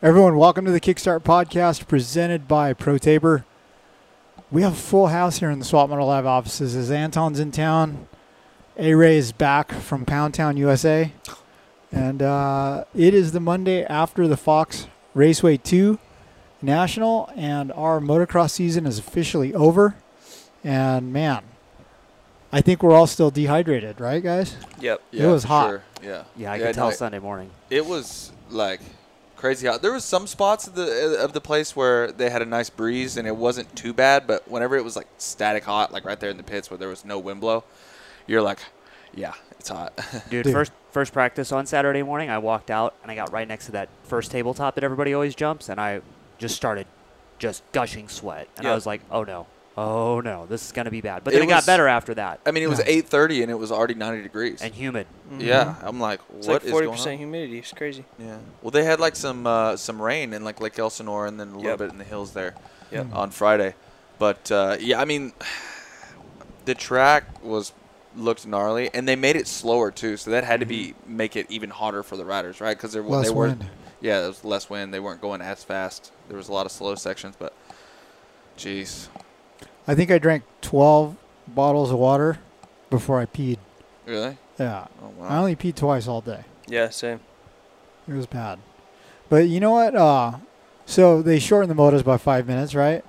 Everyone, welcome to the Kickstart Podcast presented by ProTaper. We have a full house here in the Swap Model Lab offices as Anton's in town. A Ray is back from Pound Town, USA. And uh, it is the Monday after the Fox Raceway 2 National, and our motocross season is officially over. And man, I think we're all still dehydrated, right, guys? Yep. It was hot. sure, Yeah. Yeah, I can could tell Sunday morning. It was like crazy hot. There was some spots of the of the place where they had a nice breeze and it wasn't too bad, but whenever it was like static hot, like right there in the pits where there was no wind blow, you're like, yeah, it's hot. Dude, Dude. first first practice on Saturday morning, I walked out and I got right next to that first tabletop that everybody always jumps, and I just started just gushing sweat, and I Yeah. was like, oh no, oh no, this is gonna be bad. But It then it, got was- better after that, I mean, it was Yeah. 8:30 and it was already 90 degrees. and humid. Mm-hmm. yeah, I'm like, what It's is like forty going on? percent humidity. It's crazy. Yeah. Well, they had like some uh, some rain in like Lake Elsinore and then a little Yep. bit in the hills there Yep. on Friday. But uh, yeah, I mean, the track was looked gnarly, and they made it slower too, so that had to be make it even hotter for the riders, right? Because there wa- Mm-hmm. Less they weren't. wind. Yeah, there was less wind. They weren't going as fast. There was a lot of slow sections, but jeez, I think I drank 12 bottles of water before I peed. really? Yeah. Oh I wow. only peed twice all day. Yeah, same. It was bad. But you know what? Uh, so they shortened the motors by five minutes, right?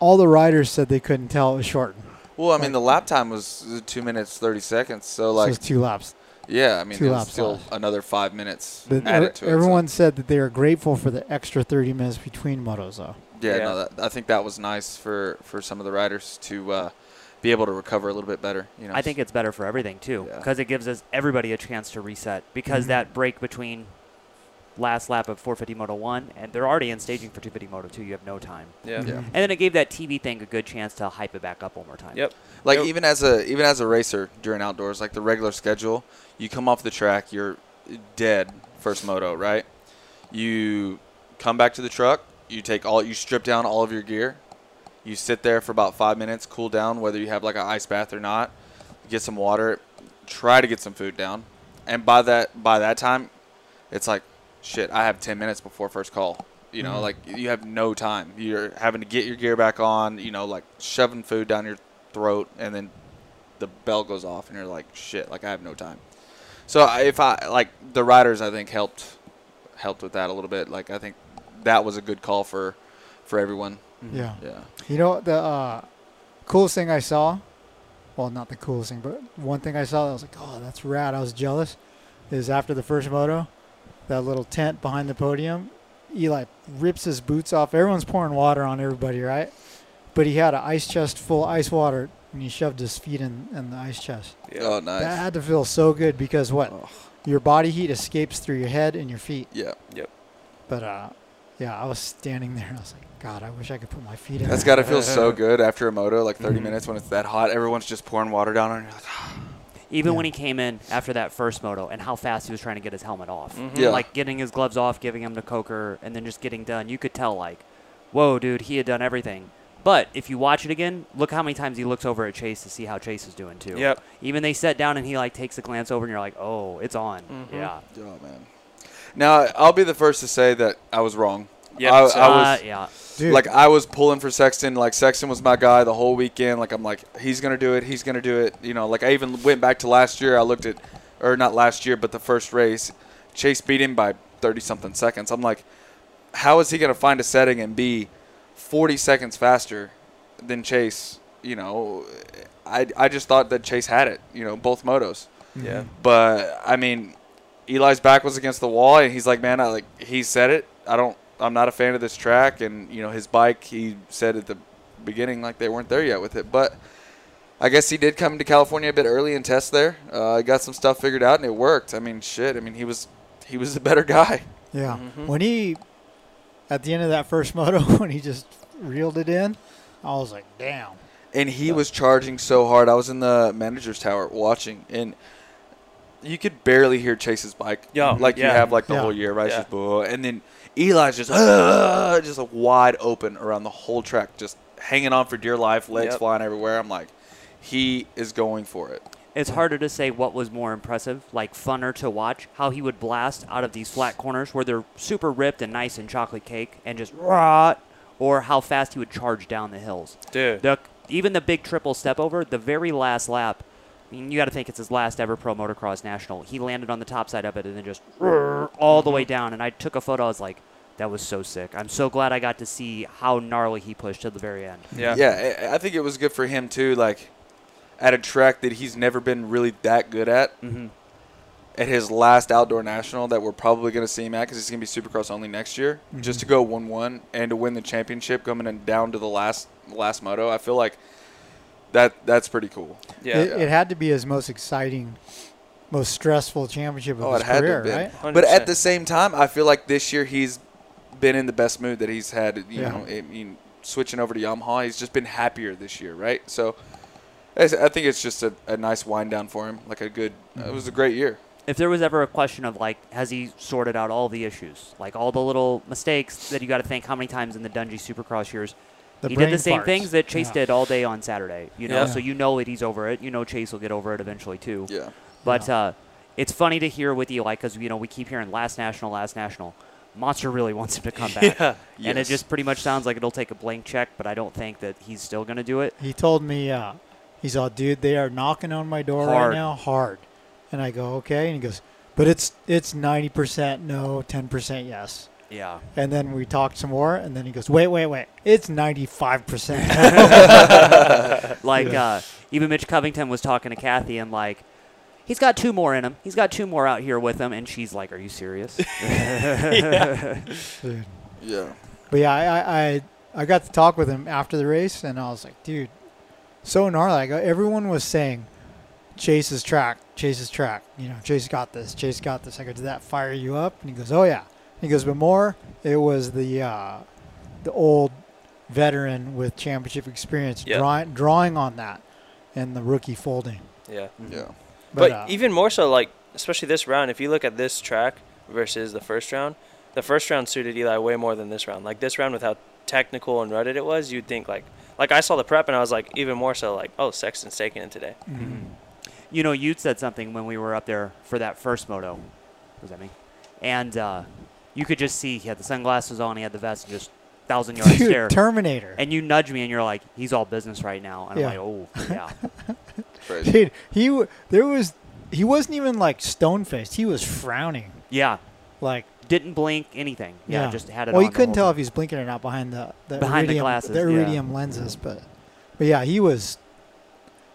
All the riders said they couldn't tell it was shortened. Well, I mean, the lap time was uh, two minutes thirty seconds, so So like, it's two laps. yeah, I mean, two it was laps still left. another five minutes But added ev- to it. so- everyone said that they are grateful for the extra 30 minutes between motos, though. Yeah, Yeah. No, that, I think that was nice for, for some of the riders to uh, be able to recover a little bit better. You know, I think it's better for everything too, Yeah. because it gives us everybody a chance to reset. Because Mhm. that break between last lap of 450 Moto One, and they're already in staging for 250 Moto Two. You have no time, Yeah. Yeah. and then it gave that TV thing a good chance to hype it back up one more time. Yep. like Yep. even as a even as a racer during outdoors, like the regular schedule, you come off the track, you're dead first moto, right? You come back to the truck, you take all, you strip down all of your gear, you sit there for about five minutes, cool down, whether you have like an ice bath or not, get some water, try to get some food down, and by that by that time, it's like, shit, I have ten minutes before first call. You know, like you have no time. You're having to get your gear back on. You know, like shoving food down your throat, and then the bell goes off, and you're like, shit, like I have no time. So I- if I like the riders, I think helped helped with that a little bit. Like I think that was a good call for for everyone. Yeah. Yeah. You know what the uh, coolest thing I saw? Well, not the coolest thing, but one thing I saw that I was like, "Oh, that's rad." I was jealous. Is after the first moto, that little tent behind the podium, Eli rips his boots off. Everyone's pouring water on everybody, right? But he had an ice chest full of ice water, and he shoved his feet in, in the ice chest. Yeah. Oh, nice. That had to feel so good because what? Oh. Your body heat escapes through your head and your feet. Yeah. But uh, yeah, I was standing there. and I was like, God, I wish I could put my feet in. That's there." got to feel so good after a moto, like 30 minutes when it's that hot. Everyone's just pouring water down on you. Even Yeah. when he came in after that first moto and how fast he was trying to get his helmet off. Mhm. Yeah. Like getting his gloves off, giving him to Coker, and then just getting done. You could tell, like, whoa, dude, he had done everything. But if you watch it again, look how many times he looks over at Chase to see how Chase is doing, too. Yep. Even they sat down and he, like, takes a glance over and you're like, oh, it's on. Mhm. Yeah. Oh man. Now I'll be the first to say that I was wrong. Yeah, I, so- I was Uh, yeah. Dude. like I was pulling for Sexton. Like Sexton was my guy the whole weekend. Like I'm like he's gonna do it. He's gonna do it. You know. Like I even went back to last year. I looked at, or not last year, but the first race. Chase beat him by 30 something seconds. I'm like, how is he gonna find a setting and be 40 seconds faster than Chase? You know, I I just thought that Chase had it. You know, both motos. Yeah. But I mean, Eli's back was against the wall, and he's like, "Man, I like." He said it. I don't. I'm not a fan of this track, and you know his bike. He said at the beginning like they weren't there yet with it, but I guess he did come to California a bit early and test there. Uh, got some stuff figured out, and it worked. I mean, shit. I mean, he was he was the better guy. Yeah. Mhm. When he, at the end of that first moto, when he just reeled it in, I was like, damn. and he was charging so hard. I was in the manager's tower watching, and you could barely hear Chase's bike. Yeah, Oh, like you yeah. have like the Yeah. whole year, right? It's Yeah. just, "Buh," and then Eli's just "Ah," just like wide open around the whole track, just hanging on for dear life, legs Yep. flying everywhere. I'm like, he is going for it. It's harder to say what was more impressive, like funner to watch, how he would blast out of these flat corners where they're super ripped and nice and chocolate cake and just rot, or how fast he would charge down the hills. Dude. The, even the big triple step over, the very last lap, I mean, you got to think it's his last ever pro motocross national. He landed on the top side of it and then just all the way down. And I took a photo. I was like, that was so sick. I'm so glad I got to see how gnarly he pushed to the very end. Yeah. yeah, I- I think it was good for him too. Like at a track that he's never been really that good at. Mhm. At his last outdoor national, that we're probably going to see him at because he's going to be Supercross only next year. Just to go one-one and to win the championship, coming in down to the last last moto, I feel like that that's pretty cool. Yeah. It, it had to be his most exciting, most stressful championship of Oh, his it had career, to right? have been. But at 100%. the same time, I feel like this year he's been in the best mood that he's had. You Yeah. know, I mean, switching over to Yamaha, he's just been happier this year, right? So, I s- I think it's just a, a nice wind down for him. Like a good, it was a great year. if there was ever a question of like has he sorted out all the issues like all the little mistakes that you got to think how many times in the dungy supercross years The he did the brain same farts. things that chase Yeah. did all day on saturday you know Yeah. so you know that he's over it you know chase will get over it eventually too Yeah. but uh, it's funny to hear with eli because you know we keep hearing last national last national monster really wants him to come back Yeah. and it Yes. just pretty much sounds like it'll take a blank check but i don't think that he's still going to do it He told me, uh, he's all, dude, they are knocking on my door right Hard. now, hard. And I go, okay. And he goes, but it's it's ninety percent no, ten percent yes. yeah And then we talked some more, and then he goes, wait, wait, wait, it's ninety five percent. Like Yeah. uh, even Mitch Covington was talking to Kathy and like, he's got two more in him. He's got two more out here with him, and she's like, "Are you serious?" Dude. Yeah. But yeah, I, I I I got to talk with him after the race, and I was like, dude, so gnarly. Like, uh, everyone was saying, Chase's track, Chase's track. You know, Chase got this, Chase got this. I go, did that fire you up? And he goes, oh yeah. He goes, but more, it was the uh, the old veteran with championship experience Yeah. drawing drawing on that, and the rookie folding. Yeah. Mm-hmm. Yeah. But, uh, even more so, like especially this round, if you look at this track versus the first round, the first round suited Eli way more than this round. Like this round, with how technical and rutted it was, you'd think like like I saw the prep and I was like even more so like oh Sexton's taking it today. mm. you know, you said something when we were up there for that first moto. Was that me? And uh, you could just see he had the sunglasses on, he had the vest, and just thousand yard dude, stare. Terminator. and you nudge me, and you're like, "He's all business right now," and Yeah. I'm like, "Oh, yeah." It's crazy. dude, he w- there was he wasn't even like stone faced. He was frowning, yeah. like. Didn't blink anything. Yeah, just had it. Well, on you the couldn't whole tell time. if he was blinking or not behind the, the Behind the iridium, glasses, the yeah. iridium lenses, but but yeah, he was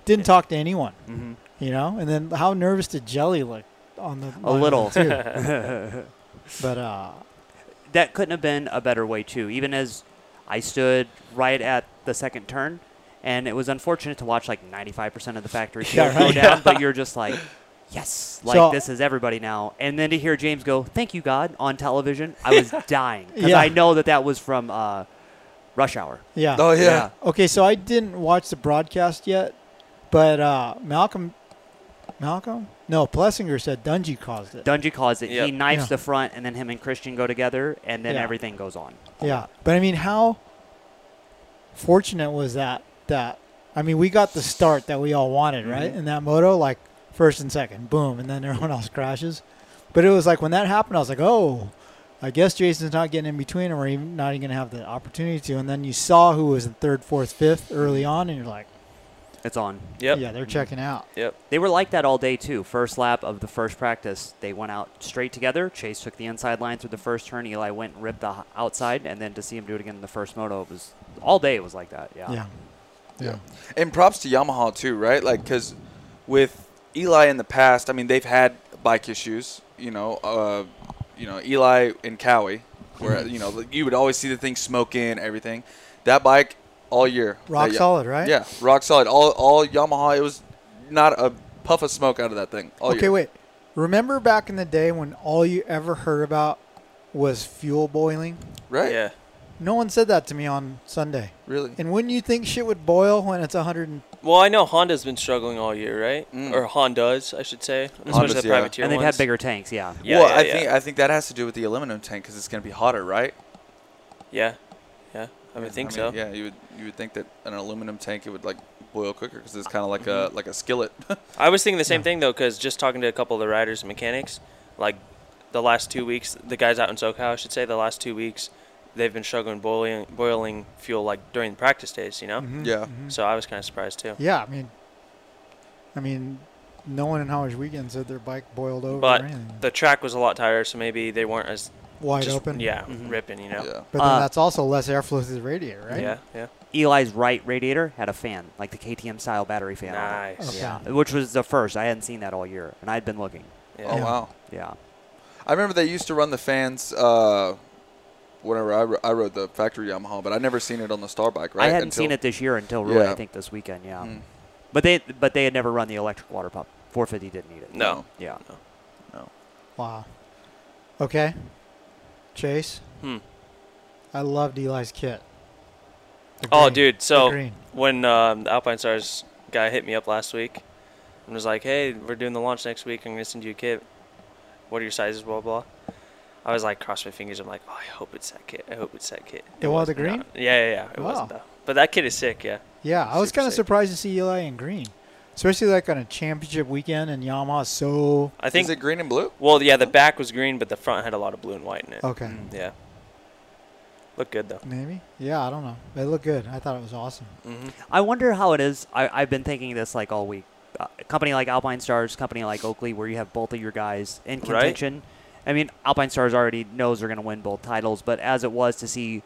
didn't talk to anyone, Mhm. you know. And then how nervous did Jelly look on the A little. too? but uh, that couldn't have been a better way too. Even as I stood right at the second turn, and it was unfortunate to watch like 95% of the factory Yeah, field go right. down, but you're just like, yes, like So- this is everybody now. And then to hear James go, "Thank you God" on television, I was dying because Yeah. I know that that was from uh, Rush Hour. yeah. Oh yeah. Yeah. Okay, so I didn't watch the broadcast yet, but uh, Malcolm, Malcolm, no, Plessinger said Dungy caused it. Dungy calls it. He Yep. knifes Yeah. the front, and then him and Christian go together, and then Yeah. everything goes on. Yeah, but I mean, how fortunate was that? That I mean, we got the start that we all wanted, right? In that moto, like first and second, boom, and then everyone else crashes. But it was like when that happened, I was like, oh, I guess Jason's not getting in between, and we're even not even gonna have the opportunity to. And then you saw who was in third, fourth, fifth early on, and you're like, It's on. Yep. yeah, they're checking out. Yep. They were like that all day too. First lap of the first practice, they went out straight together. Chase took the inside line through the first turn. Eli went and ripped the h- outside, and then to see him do it again in the first moto, it was all day. It was like that. Yeah. Yeah, Yeah. And props to Yamaha too, right? Like, because with Eli in the past, I mean, they've had bike issues. You know, uh, you know, Eli and Cowie, Mm-hmm. where you know like, you would always see the thing smoking, everything. That bike all year, Rock That Ya- solid, right? Yeah, rock solid. All all Yamaha. It was not a puff of smoke out of that thing. All okay, year. wait. Remember back in the day when all you ever heard about was fuel boiling. Right? Yeah. No one said that to me on Sunday. Really? And wouldn't you think shit would boil when it's 100 and Well, I know Honda's been struggling all year, right? Mm. Or Hondas, I should say. Especially Hondas, the yeah. privateer and they've ones. had bigger tanks, yeah. Yeah, well, yeah, I yeah. think I think that has to do with the aluminum tank because it's going to be hotter, right? Yeah, yeah. I would think so. Yeah, you would you would think that an aluminum tank it would like boil quicker because it's kind of like Mm-hmm. a like a skillet. I was thinking the same thing though, because just talking to a couple of the riders and mechanics, like the last two weeks, the guys out in SoCal, I should say, the last two weeks, they've been struggling boiling boiling fuel like during practice days, you know. Mhm, Yeah. mhm. So I was kind of surprised too. Yeah, I mean, I mean, no one in Howard's weekend said their bike boiled over But or anything. The track was a lot tighter, so maybe they weren't as Wide just- open. Yeah, Mhm. ripping, you know. Yeah. But then Uh, that's also less airflow through the radiator, right? Yeah, yeah. Eli's right radiator had a fan, like the KTM style battery fan. on it. Nice. Okay. Yeah, which was the first. I hadn't seen that all year, and I'd been looking. Yeah. Oh Yeah. wow. Yeah. I remember they used to run the fans. Uh, whenever I, ro- I rode the factory Yamaha, but I never seen it on the star bike. Right? I hadn't Until- seen it this year until really Yeah. I think this weekend. Yeah, Mm, but they but they had never run the electric water pump. 450 didn't need it. No. Yeah. Wow. Okay. Chase, Hmm. I loved Eli's kit. The Oh, green- dude. the So green. when um, the Alpine Stars guy hit me up last week and was like, "Hey, we're doing the launch next week. I'm gonna send you a kit. What are your sizes? Blah blah." I was like, cross my fingers. I'm like, "Oh, I hope it's that kit. I hope it's that kit." It was the wasn't. green? No. Yeah, yeah, yeah. It wasn't Wow. though. But that kit is sick. Yeah. Yeah, I was Super kind of sick. surprised to see Eli in green, especially like on a championship weekend and Yamaha's so. I think. Is it green and blue? well, yeah, the back was green, but the front had a lot of blue and white in it. Okay. Yeah. Looked good though. Maybe. Yeah, I don't know. It looked good. I thought it was awesome. hmm I wonder how it is. I, I've been thinking this like all week. Uh, a company like Alpine Stars, company like Oakley, where you have both of your guys in Right. contention. I mean, Alpine Stars already knows they're going to win both titles, but as it was to see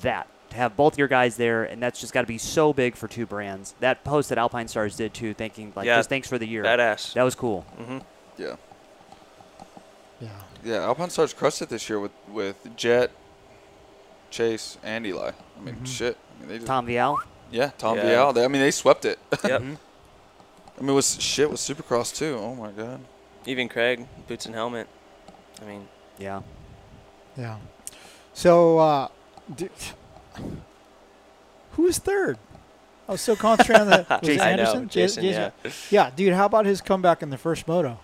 that, to have both your guys there, and that's just got to be so big for two brands. That post that Alpine Stars did too, thinking like Yeah. just thanks for the year. Badass. That was cool. hmm Yeah. Yeah. Yeah. Alpine Stars crushed it this year with with Jet, Chase, and Eli. I mean, Mhm. shit. I mean, they just, Mm-hmm. Tom Vial. Yeah, Tom Yeah. Vial. They, I mean, they swept it. Yep. Mhm. I mean, it was shit was Supercross too. Oh my god. Even Craig, boots and helmet. I mean, Yeah. Yeah. So, uh, d- who was third? I was so concentrated on the. Was it Jason. I know, Anderson? Ja- Jason, yeah. Yeah, dude, how about his comeback in the first moto?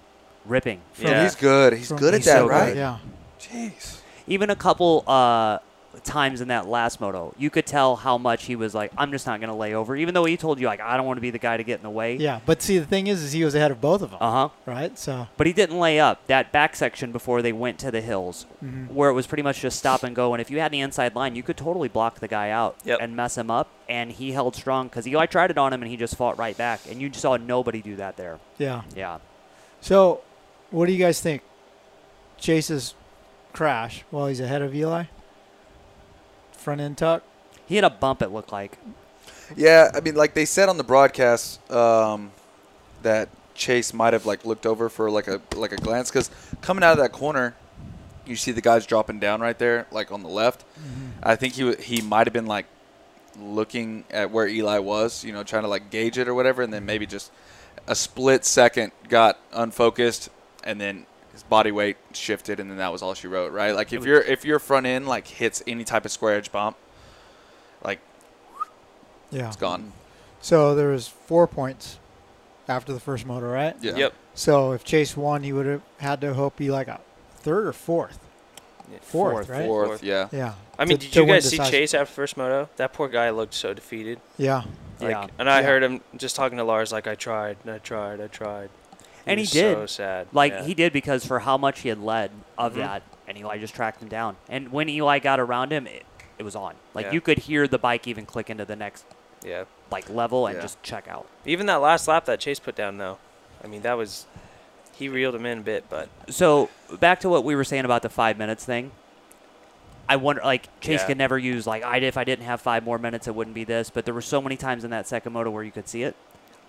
Ripping. From- Yeah. He's good. He's from- good at He's that, so good, right? Yeah. Jeez. even a couple uh, times in that last moto, you could tell how much he was like, "I'm just not going to lay over," even though he told you like, "I don't want to be the guy to get in the way." Yeah, but see, the thing is, is he was ahead of both of them, Uh huh. right? So, But he didn't lay up that back section before they went to the hills, mhm. where it was pretty much just stop and go. And if you had the inside line, you could totally block the guy out Yep. and mess him up. And he held strong because Eli tried it on him, and he just fought right back. And you saw nobody do that there. yeah. Yeah. So, what do you guys think? Chase's crash while he's ahead of Eli? Front end tuck? He had a bump. It looked like. Yeah, I mean, like they said on the broadcast um, that Chase might have like looked over for like a like a glance because coming out of that corner, you see the guys dropping down right there, like on the left. I think he wa- he might have been like looking at where Eli was, you know, trying to like gauge it or whatever, and then maybe just a split second got unfocused, and then his body weight shifted, and then that was all she wrote, right? Like if your if your front end like hits any type of square edge bump, like Yeah. it's gone. So, there was four points after the first moto, right? Yeah. Yep. So, if Chase won, he would have had to hope Eli got third or fourth. Yeah. Fourth, right? Fourth, Fourth. yeah. Yeah. I mean, To- did to you win guys see decisive- Chase after first moto? That poor guy looked so defeated. Yeah. Like, yeah. And I Yeah. heard him just talking to Lars, like, I tried, and I tried, I tried. And he was did. So sad. Like yeah. he did because for how much he had led of Mhm. that, and Eli just tracked him down. And when Eli got around him, it, it was on. Like Yeah. you could hear the bike even click into the next Yeah. like level and Yeah. just check out. Even that last lap that Chase put down, though, I mean, that was. He reeled him in a bit, but So back to what we were saying about the five minutes thing. I wonder, like Chase Yeah. could never use like I if I didn't have five more minutes, it wouldn't be this. But there were so many times in that second moto where you could see it.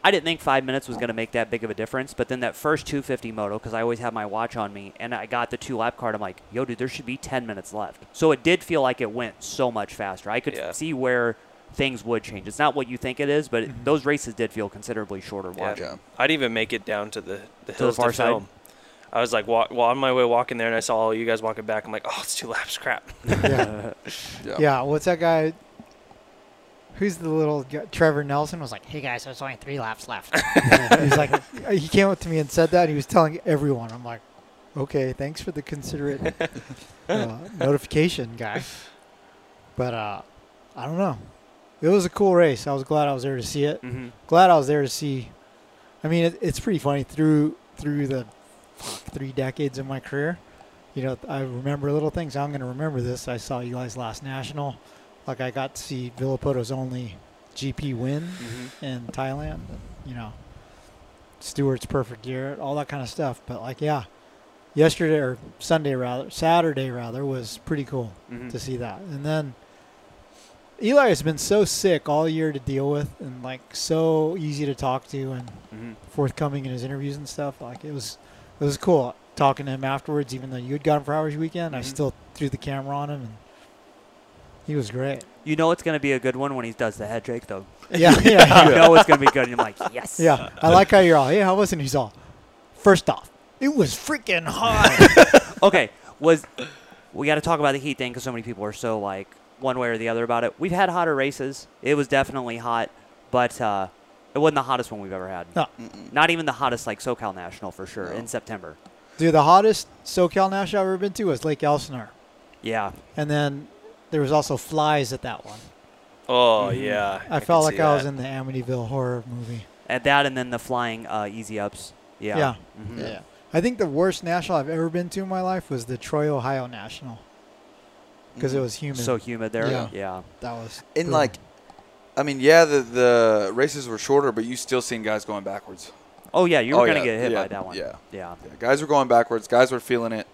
I didn't think five minutes was going to make that big of a difference, but then that first 250 moto, because I always have my watch on me, and I got the two lap card. I'm like, yo, dude, there should be 10 minutes left. So it did feel like it went so much faster. I could Yeah. see where things would change. It's not what you think it is, but it- those races did feel considerably shorter. Yeah. Watching. Yeah. I'd even make it down to the, the the hills far to side? film. I was like, walk, well, on my way walking there, and I saw all you guys walking back. I'm like, oh, it's two laps, crap. Yeah. Yeah. yeah. What's that guy? Who's the little guy? Trevor Nelson was like, Hey guys, there's only three laps left. he's like, he came up to me and said that. And he was telling everyone. I'm like, okay, thanks for the considerate uh, notification, guy. But uh, I don't know. It was a cool race. I was glad I was there to see it. Mm-hmm. Glad I was there to see. I mean, it, it's pretty funny through through the fuck, three decades of my career. You know, I remember little things. I'm going to remember this. I saw Eli's last national. Like I got to see Villapoto's only GP win in Thailand, you know, Stewart's perfect year, all that kind of stuff. But like, yeah, yesterday or Sunday rather, Saturday rather was pretty cool Hmm. Mhm. to see that. And then Eli has been so sick all year to deal with, and like so easy to talk to, and Mhm. Mm-hmm. forthcoming in his interviews and stuff. Like it was, it was cool talking to him afterwards. Even though you had gone for hours weekend, I Mhm. still threw the camera on him, and he was great. You know it's gonna be a good one when he does the head shake though. Yeah, yeah, You know it's gonna be good. And I'm like, yes. Yeah, I like how you're all. Yeah, how wasn't he's all? First off, it was freaking hot. Okay. Was we got to talk about the heat thing because so many people are so like one way or the other about it. We've had hotter races. It was definitely hot, but uh, it wasn't the hottest one we've ever had. No. Not even the hottest like SoCal National for sure No. in September. Dude, the hottest SoCal National I've ever been to was Lake Elsinore, Yeah. and then there was also flies at that one. Oh yeah. I, can felt like see I that. was in the Amityville horror movie. At that and then the flying uh, easy ups. Yeah. Yeah. Mhm. I think the worst national I've ever been to in my life was the Troy, Ohio National, because it was humid. So humid there. Yeah. yeah. that was And brutal. like, I mean, yeah, the the races were shorter, but you still seen guys going backwards. Oh yeah, you were Oh, gonna yeah, get hit yeah, by that one. yeah. Yeah. Yeah, guys were going backwards. Guys were feeling it,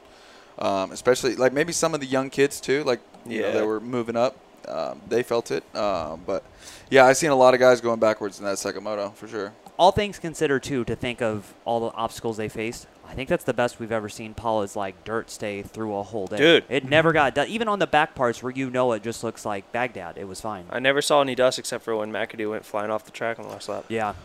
um, especially like maybe some of the young kids too. Like you know, Yeah. they were moving up. Um, they felt it. Um, but yeah, I seen a lot of guys going backwards in that second moto for sure. all things considered, too, to think of all the obstacles they faced, I think that's the best we've ever seen Paula's like dirt stay through a whole day. Dude. it never got done. Even on the back parts where you know it just looks like Baghdad, it was fine. I never saw any dust except for when McAdoo went flying off the track on the last lap. yeah,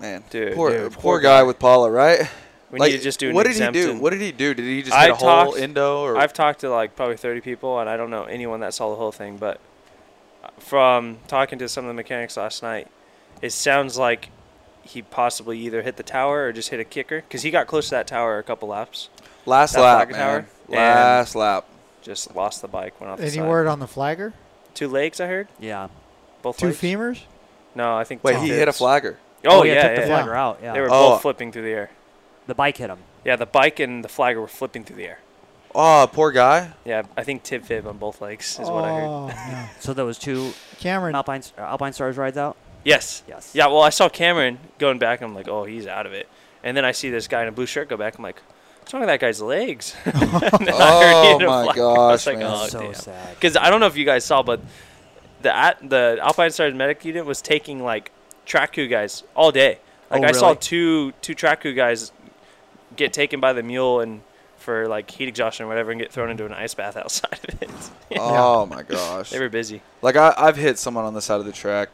Man, Dude, poor, dude, poor, poor guy with Paula, right? We need to just do. An What did he do? exemptum. What did he do? Did he just I hit a whole talked- endo or? I've talked to like probably 30 people, and I don't know anyone that saw the whole thing. But uh, from talking to some of the mechanics last night, it sounds like he possibly either hit the tower or just hit a kicker because he got close to that tower a couple laps. last that lap, Flagger man. Tower? Last lap. Just lost the bike, went off the any side. word on the flagger? Two legs, I heard. yeah. Both Two legs? femurs? No, I think. Wait, two he hits. hit a flagger. Oh, yeah, took yeah, the yeah. flagger out. Yeah, They were Oh. both flipping through the air. the bike hit him. Yeah, the bike and the flagger were flipping through the air. Oh, poor guy. Yeah, I think tib fib on both legs is what I heard. Oh, no. So there was two Cameron, Alpine uh, Alpine Stars rides out. Yes. Yes. Yeah, well, I saw Cameron going back. And I'm like, oh, he's out of it. And then I see this guy in a blue shirt go back. I'm like, what's wrong with that guy's legs? Oh my gosh, man. That's so sad. Because oh, I don't know if you guys saw, but the at the Alpine Stars medic unit was taking like track crew guys all day. Like Oh, I saw really? two two track crew guys get taken by the mule and for like heat exhaustion or whatever and get thrown into an ice bath outside of it. Oh my gosh. they were busy. Like I, I've hit someone on the side of the track,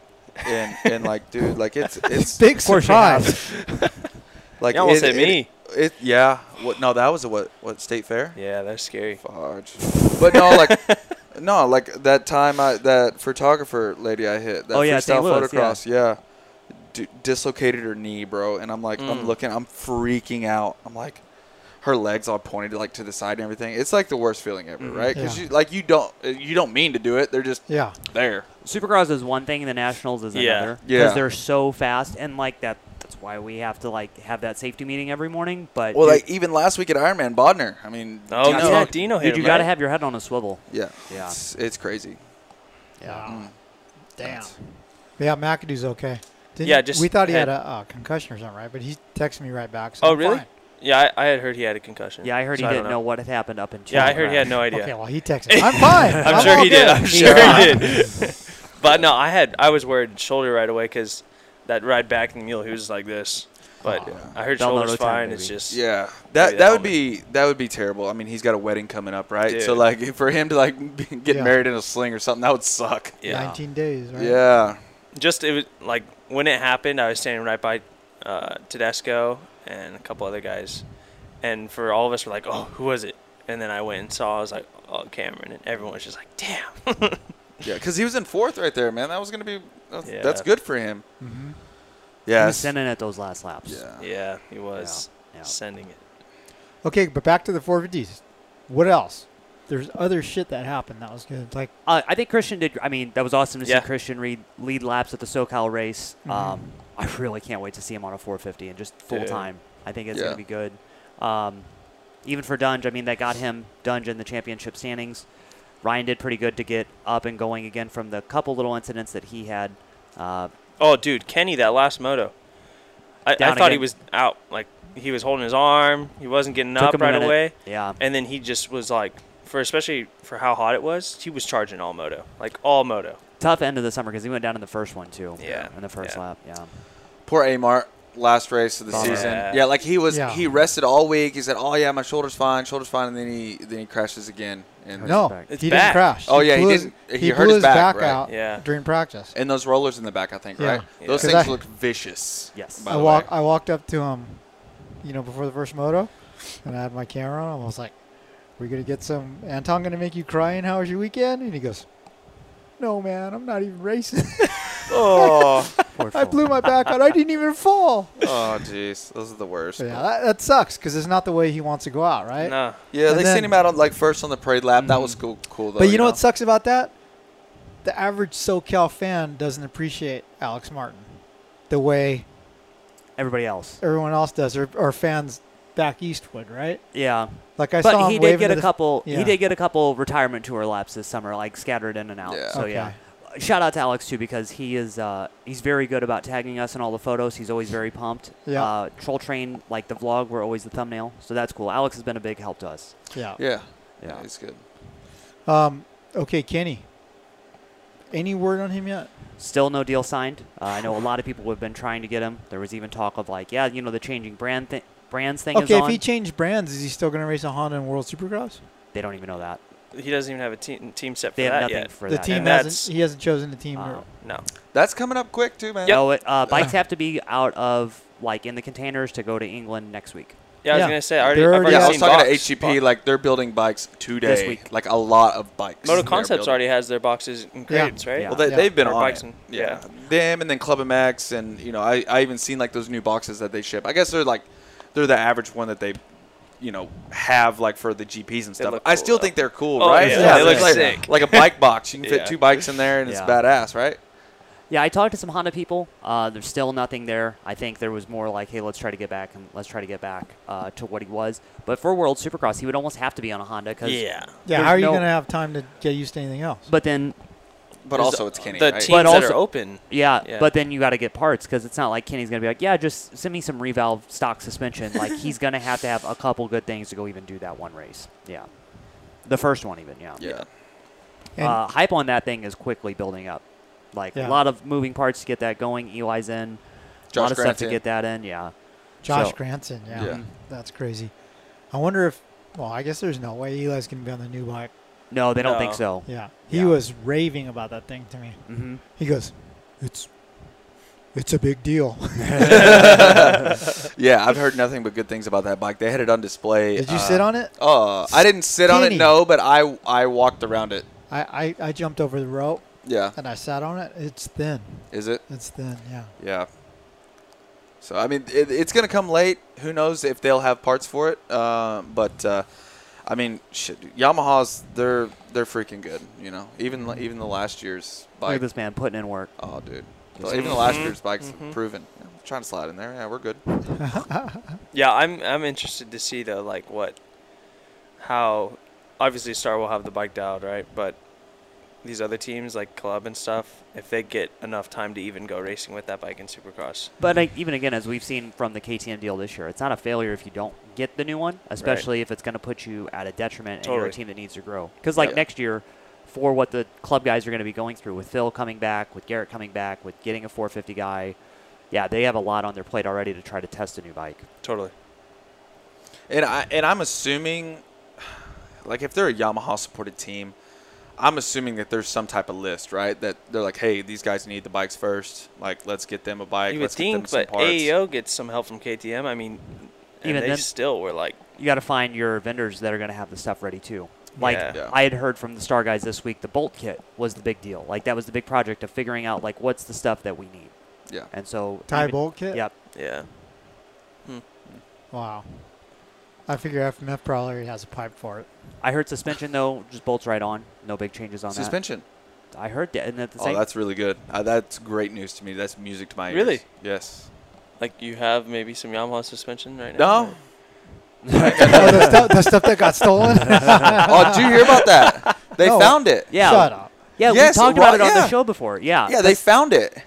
and and like, dude, like it's it's big course you have. surprise. like You almost it- hit me. It, it- yeah. What? No, that was a what? What state fair? Yeah, that's scary. Fudge. But no, like, no, like that time I that photographer lady I hit. That Oh, yeah, freestyle St. Louis, photocross. Yeah. D- dislocated her knee, bro, and I'm like, I'm Mm. looking, I'm freaking out. I'm like, her legs all pointed like to the side and everything. It's like the worst feeling ever, Mhm. right? Because Yeah. you like you don't you don't mean to do it. They're just Yeah. there. Supercross is one thing, the Nationals is Yeah. another. Yeah. they're so fast and like that. That's why we have to like have that safety meeting every morning. But Well, dude, like even last week at Ironman, Bodner. I mean, Oh, Dino- yeah, Dino hit dude, him, you got to right? have your head on a swivel. yeah, Yeah. It's, it's crazy. Yeah. Mm. Damn. Yeah, McAdoo's okay. Didn't Yeah, just we thought he had had- a uh, concussion or something, right? But he texted me right back. So Oh I'm really? fine. Yeah, I, I had heard he had a concussion. Yeah, I heard he so don't didn't know. what had happened up in. Yeah, I Channel heard he had Crash. no idea. Okay, well he texted. I'm fine. I'm, sure all he did. good. I'm sure he did. but no, I had I was worried shoulder right away because that ride back in the mule, he was like this. But Yeah. I heard Don't know shoulder's no time, fine. It's baby. just Yeah, that that that would helmet. be that would be terrible. I mean, he's got a wedding coming up, right? So Dude. like for him to like be- get Yeah. married in a sling or something, that would suck. yeah. 19 days, right? Yeah, Just it was like when it happened, I was standing right by uh, Tedesco and a couple other guys, and for all of us, we're like, oh, who was it? And then I went and saw. I was like, oh, Cameron, and everyone was just like, damn. Yeah, because he was in fourth right there, man. That was gonna be. That's, Yeah. that's good for him. hmm He Yeah. was sending at those last laps. Yeah. yeah, he was Yeah. sending it. Okay, but back to the 450s. What else? There's other shit that happened that was good. Like, Uh, I think Christian did. I mean, that was awesome to Yeah. see Christian read, lead laps at the SoCal race. Mhm. Um, I really can't wait to see him on a 450 and just full Dude. time. I think it's Yeah. going to be good. Um, even for Dunge, I mean, that got him Dunge in the championship standings. Ryan did pretty good to get up and going again from the couple little incidents that he had. Uh, Oh, dude, Kenny, that last moto. I, I Down thought he again. was out. Like he was holding his arm. He wasn't getting Took up him a right minute. away. yeah, And then he just was like, for especially for how hot it was, he was charging all moto, like all moto. tough end of the summer because he went down in the first one too. Yeah. in the first Yeah. lap. Yeah, Poor Amart. Last race of the Bummer. season. Yeah. Yeah, like he was. Yeah. He rested all week. He said, "Oh yeah, my shoulder's fine. Shoulder's fine." And then he then he crashes again. And no, It's he didn't back. crash. Oh, yeah, he blew didn't- His, he he hurt blew his his back, back, right? out Yeah. during practice. And those rollers in the back, I think, Yeah. right? Yeah. Those 'Cause things I- look vicious. Yes. by I the walk. way. I walked up to him, you know, before the first moto, and I had my camera on. I was like, "We're gonna get some Anton gonna make you cry." And how was your weekend? And he goes, "No, man, I'm not even racing. Oh, Poor I fool. blew my back out. I didn't even fall." oh, jeez, those are the worst. So, yeah, that, that sucks because it's not the way he wants to go out, right? No, Yeah, And they then- sent him out on like first on the parade lap. That was Mm-hmm. Mhm. cool, cool though. but you know what sucks about that? The average SoCal fan doesn't appreciate Alex Martin the way Everybody else. everyone else does, or, or fans back east would, right? Yeah, Like I saw but him he did waving get to a the- couple. yeah. He did get a couple retirement tour laps this summer, like scattered in and out. Yeah. So Okay. yeah, shout out to Alex too because he is uh, he's very good about tagging us in all the photos. He's always very pumped. Yeah. Uh, Troll Train like the vlog, we're always the thumbnail, so that's cool. Alex has been a big help to us. Yeah. Yeah, Yeah. yeah, he's good. Um, okay, Kenny. Any word on him yet? Still no deal signed. Uh, I know a lot of people have been trying to get him. There was even talk of like, yeah, you know, the changing brand thi- brands thing Okay, is if on. he changed brands, is he still going to race a Honda in World Supercross? they don't even know that. he doesn't even have a team team set for They have that nothing yet. for the that. team And that's- hasn't. He hasn't chosen a team. Uh, or- No, That's coming up quick too, man. No, it, uh, bikes have to be out of like in the containers to go to England next week. yeah, I was Yeah. gonna say, I already, They're I've already already Yeah, I was seen talking box- to HGP. box- Like they're building bikes today. This week. Like a lot of bikes. Moto they're Concepts building. already has their boxes and Yeah. crates, right? Yeah. Well, they, Yeah. they've been Or on bikes it. and- yeah. them and then Club MX, and you know, I, I even seen like those new boxes that they ship. I guess they're like, they're the average one that they, you know, have like for the GPs and stuff. look I cool, still though. think they're cool, Oh, right? yeah, Yeah, they It's look like, sick. Like a bike box, you can Yeah. fit two bikes in there, and it's Yeah. badass, right? Yeah, I talked to some Honda people. Uh, there's still nothing there. I think there was more like, hey, let's try to get back and let's try to get back uh, to what he was. But for World Supercross, he would almost have to be on a Honda. Cause, Yeah. yeah, there's how are you no- going to have time to get used to anything else? But then, But There's also, the- it's Kenny. The right? teams But that are also- open. yeah, Yeah. but then you got to get parts because it's not like Kenny's gonna be like, yeah, just send me some revalve stock suspension. like he's gonna have to have a couple good things to go even do that one race. Yeah, the first one even. Yeah. Yeah. and uh, hype on that thing is quickly building up. Like Yeah. a lot of moving parts to get that going. Eli's in. a Josh lot of stuff to Granton. get that in. Yeah. Josh so- Granson, yeah, Yeah. that's crazy. I wonder if. Well, I guess there's no way Eli's going to be on the new bike. No, they don't think No. so. Yeah, he Yeah. was raving about that thing to me. hmm He goes, "It's, it's a big deal." Yeah, I've heard nothing but good things about that bike. They had it on display. Did you sit on it? Uh, I didn't sit on it, Kenny. no, but I I walked around it. I, I I jumped over the rope Yeah, and I sat on it. It's thin. is it? It's thin. Yeah. Yeah. So I mean, it, it's gonna come late. Who knows if they'll have parts for it? Uh, but uh, I mean, shit, Yamaha's they're they're freaking good. You know, even even the last year's Look at bike. this man putting in work. Oh, dude. Even the last Mhm, year's bike's mhm. proven. Yeah, I'm trying to slide in there. Yeah, we're good. Yeah, I'm I'm interested to see though, like what, how, obviously Star will have the bike dialed right, but these other teams like Club and stuff, if they get enough time to even go racing with that bike in Supercross, But I, even again, as we've seen from the KTM deal this year, it's not a failure if you don't get the new one, especially if it's going to put you at a detriment and you're Totally. a team that needs to grow. Because like Yeah. next year, for what the club guys are going to be going through with Phil coming back, with Garrett coming back, with getting a 450 guy, yeah, they have a lot on their plate already to try to test a new bike. totally. And I and I'm assuming, like, if they're a Yamaha supported team, I'm assuming that there's some type of list, right? That they're like, hey, these guys need the bikes first. Like, let's get them a bike. you would let's think, get them but E some parts. AEO gets some help from KTM. I mean, and Even they then- still were like, you got to find your vendors that are going to have the stuff ready too. Like Yeah. Yeah. I had heard from the Star guys this week, the bolt kit was the big deal. Like that was the big project of figuring out like what's the stuff that we need. Yeah. And so Tie even- bolt kit? Yep. Yeah. Wow. I figure FMF probably already has a pipe for it. I heard suspension though, just bolts right on. No big changes on Suspension. that. I heard that, and at the Oh, same that's really good. Uh, that's great news to me. That's music to my ears. Really? Yes. Like you have maybe some Yamaha suspension right now. No. oh, the, stuff, the stuff that got stolen? oh, did you hear about that? They No. found it. yeah, Shut up. yeah. Yes, we talked about right, it on yeah. the show before. Yeah, Yeah, they found it.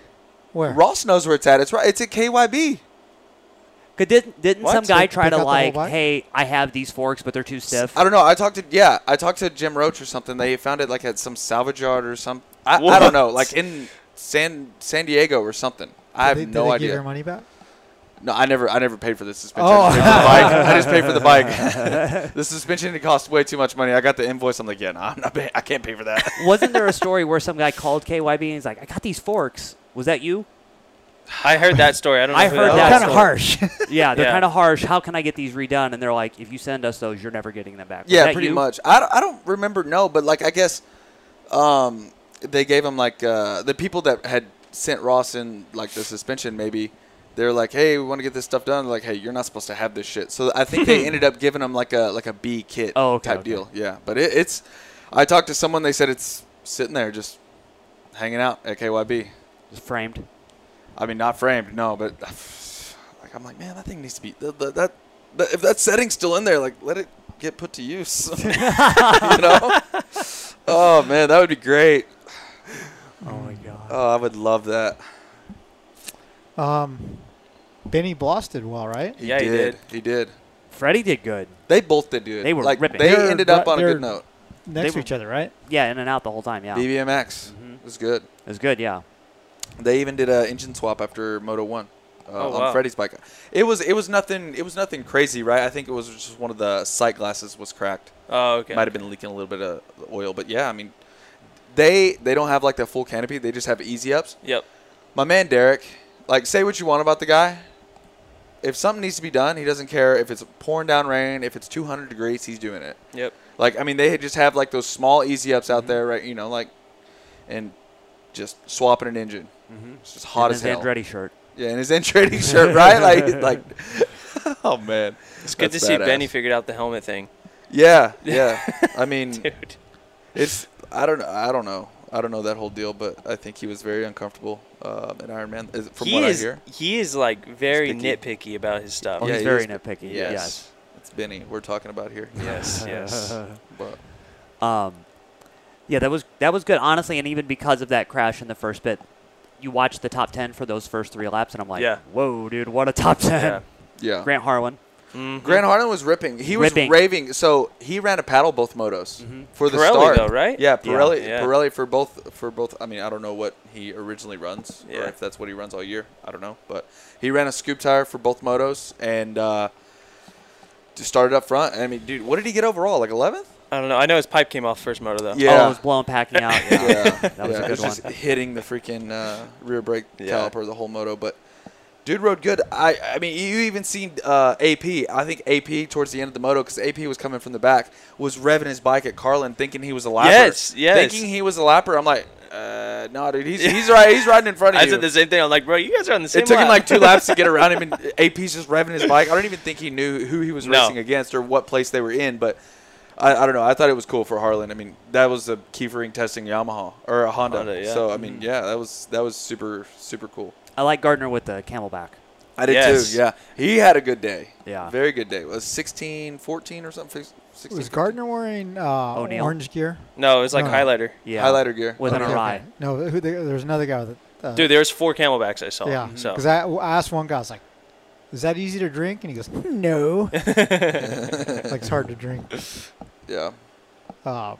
Where? Ross knows where it's at. It's right. It's at KYB. 'Cause didn't didn't What? some So guy they try got the to whole like, bike? hey, I have these forks, but they're too stiff. I don't know. I talked to yeah. I talked to Jim Roach or something. They found it like at some salvage yard or some. I, I don't know. What? Like in San San Diego or something. I have Did they, did no they Give idea. their money back? No, I never, I never paid for the suspension. Oh. I, just paid for the bike. I just paid for the bike. the suspension it cost way too much money. I got the invoice. I'm like, yeah, no, I'm not. Pay- I can't pay for that. Wasn't there a story where some guy called KYB and he's like, I got these forks. Was that you? I heard that story. I don't know. I who heard that that was. kind Kinda of story. Oh, harsh. Yeah, they're Yeah. kind of harsh. How can I get these redone? And they're like, if you send us those, you're never getting them back. Was yeah, that pretty you? much. I, don't- I don't remember. No, but like I guess, um, they gave him like uh, the people that had sent Ross in like the suspension. Maybe they're like, hey, we want to get this stuff done. They're like, hey, you're not supposed to have this shit. So I think they ended up giving him like a like a B kit Oh, okay, type okay. deal. Yeah, but it, it's. I talked to someone. They said it's sitting there just hanging out at KYB. Just framed. I mean, not framed, no, but like I'm like, man, that thing needs to be that that, that, that if that setting's still in there, like let it get put to use. you know? Oh man, that would be great. Oh my god. Oh, I would love that. um, Benny Bloss did well, right? Yeah, he did. He did. Freddie did good. They both did good. They were like ripping. they They're- ended up on a they're- good note. Next They to were- each other, right? Yeah, in and out the whole time. Yeah, BBMX Mhm. Mm-hmm. was good. it was good. Yeah. They even did a engine swap after Moto One uh, Oh, on wow. Freddie's bike. It was it was nothing it was nothing crazy, right? I think it was just one of the sight glasses was cracked. Oh, okay. Might have been leaking a little bit of oil, but yeah, I mean, they they don't have like the full canopy. They just have easy ups. Yep. My man Derek, like say what you want about the guy. If something needs to be done, he doesn't care if it's pouring down rain, if it's 200 degrees, he's doing it. Yep. Like I mean, they just have like those small easy ups out there, right? You know, like and just swapping an engine. Mhm. It's just hot in as his hell. Andretti shirt. Yeah, in his Andretti shirt, right? Like like. Oh man, It's good That's to see badass. Benny figured out the helmet thing, Yeah, yeah. I mean, dude. It's I don't know I don't know I don't know that whole deal, but I think he was very uncomfortable um, in Iron Man. Is, from he what is I hear, he is like very picky. nitpicky about his stuff. Oh, Yeah, he's he very is- nitpicky. yes. it's Benny we're talking about here. Yes. Yes. But Um, yeah, that was that was good, honestly, and even because of that crash in the first bit, you watch the top ten for those first three laps, and I'm like, Yeah. whoa, dude, what a top ten! yeah. yeah, Grant, Grant Harlan, Mhm. Harlan was ripping. He was Ripping. raving. So he ran a paddle both motos for the Mm-hmm. Pirelli, start. though, right? Yeah, Pirelli. Yeah. Pirelli for both for both. I mean, I don't know what he originally runs or Yeah. if that's what he runs all year. I don't know, but he ran a scoop tire for both motos and uh, just started up front. I mean, dude, what did he get overall? Like 11th? I don't know. I know his pipe came off first motor though. Yeah. oh, it was blown packing out. Yeah, that was yeah, a it good was one. just hitting the freaking uh, rear brake Yeah. caliper, the whole moto. But dude rode good. I I mean, you even seen uh, AP. I think AP towards the end of the moto because AP was coming from the back was revving his bike at Carlin, thinking he was a lapper. Yes, yes. Thinking he was a lapper. I'm like, uh, no, dude, he's he's right. He's riding in front of I you. said the same thing. I'm like, bro, you guys are on the same. It took him lap." like two laps to get around him, and AP's just revving his bike. I don't even think he knew who he was No. racing against or what place they were in, but I, I don't know. I thought it was cool for Harlan. I mean, that was a Kiefering testing Yamaha or a Honda. Honda, yeah. So I mean, yeah, that was that was super super cool. I like Gardner with the Camelback. I did Yes. too. Yeah, he had a good day. Yeah. very good day. It was 16, 14 or something. 16, Was Gardner wearing uh, O'Neal. orange gear? no, it was like No. highlighter. Yeah, highlighter gear. with an Okay, awry. okay. No, who, there, there was another guy with it. Uh, Dude, there was four Camelbacks I saw. Yeah, So because I, I asked one guy, I was like, "Is that easy to drink?" And he goes, "Hmm, "No, like it's hard to drink." Yeah, Um,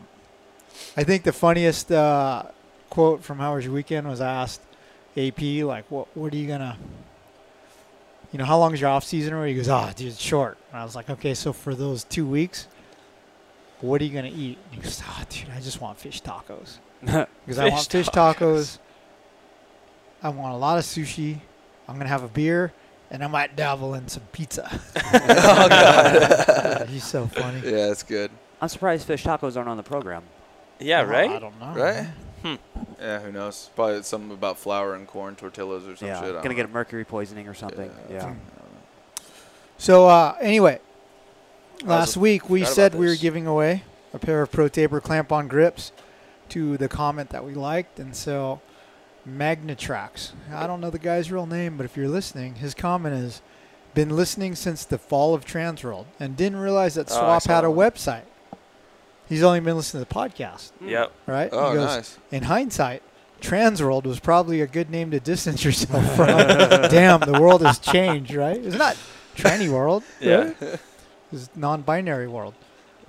I think the funniest uh, quote from Howard's Weekend was asked AP, like, "What what are you gonna, you know, how long is your off season?" Or he goes, "Ah, dude, it's short." And I was like, "Okay, so for those two weeks, what are you gonna eat?" And he goes, "Ah, dude, I just want fish tacos." Because I Fish want fish tacos. I want a lot of sushi. I'm gonna have a beer, and I might dabble in some pizza. Oh, He's so funny. Yeah, that's good. I'm surprised fish tacos aren't on the program. Yeah, Well, I right? Mm. don't know. Right? Hmm. Yeah, who knows? Probably something about flour and corn tortillas or some yeah, shit. I gonna don't get a mercury poisoning or something. Yeah. Hmm. So uh, anyway, last a- week we forgot about said we were this. giving away a pair of Pro Taper clamp-on grips to the comment that we liked, and so Magnatrax. I don't know the guy's real name, but if you're listening, his comment is, "Been listening since the fall of Transworld, and didn't realize that Oh, I Swap saw had a that one. website. He's only been listening to the podcast, Yep. right?" Oh, he goes, nice. in hindsight, Transworld was probably a good name to distance yourself from. Damn, the world has changed, right? It's not tranny world. Yeah. It's non-binary world.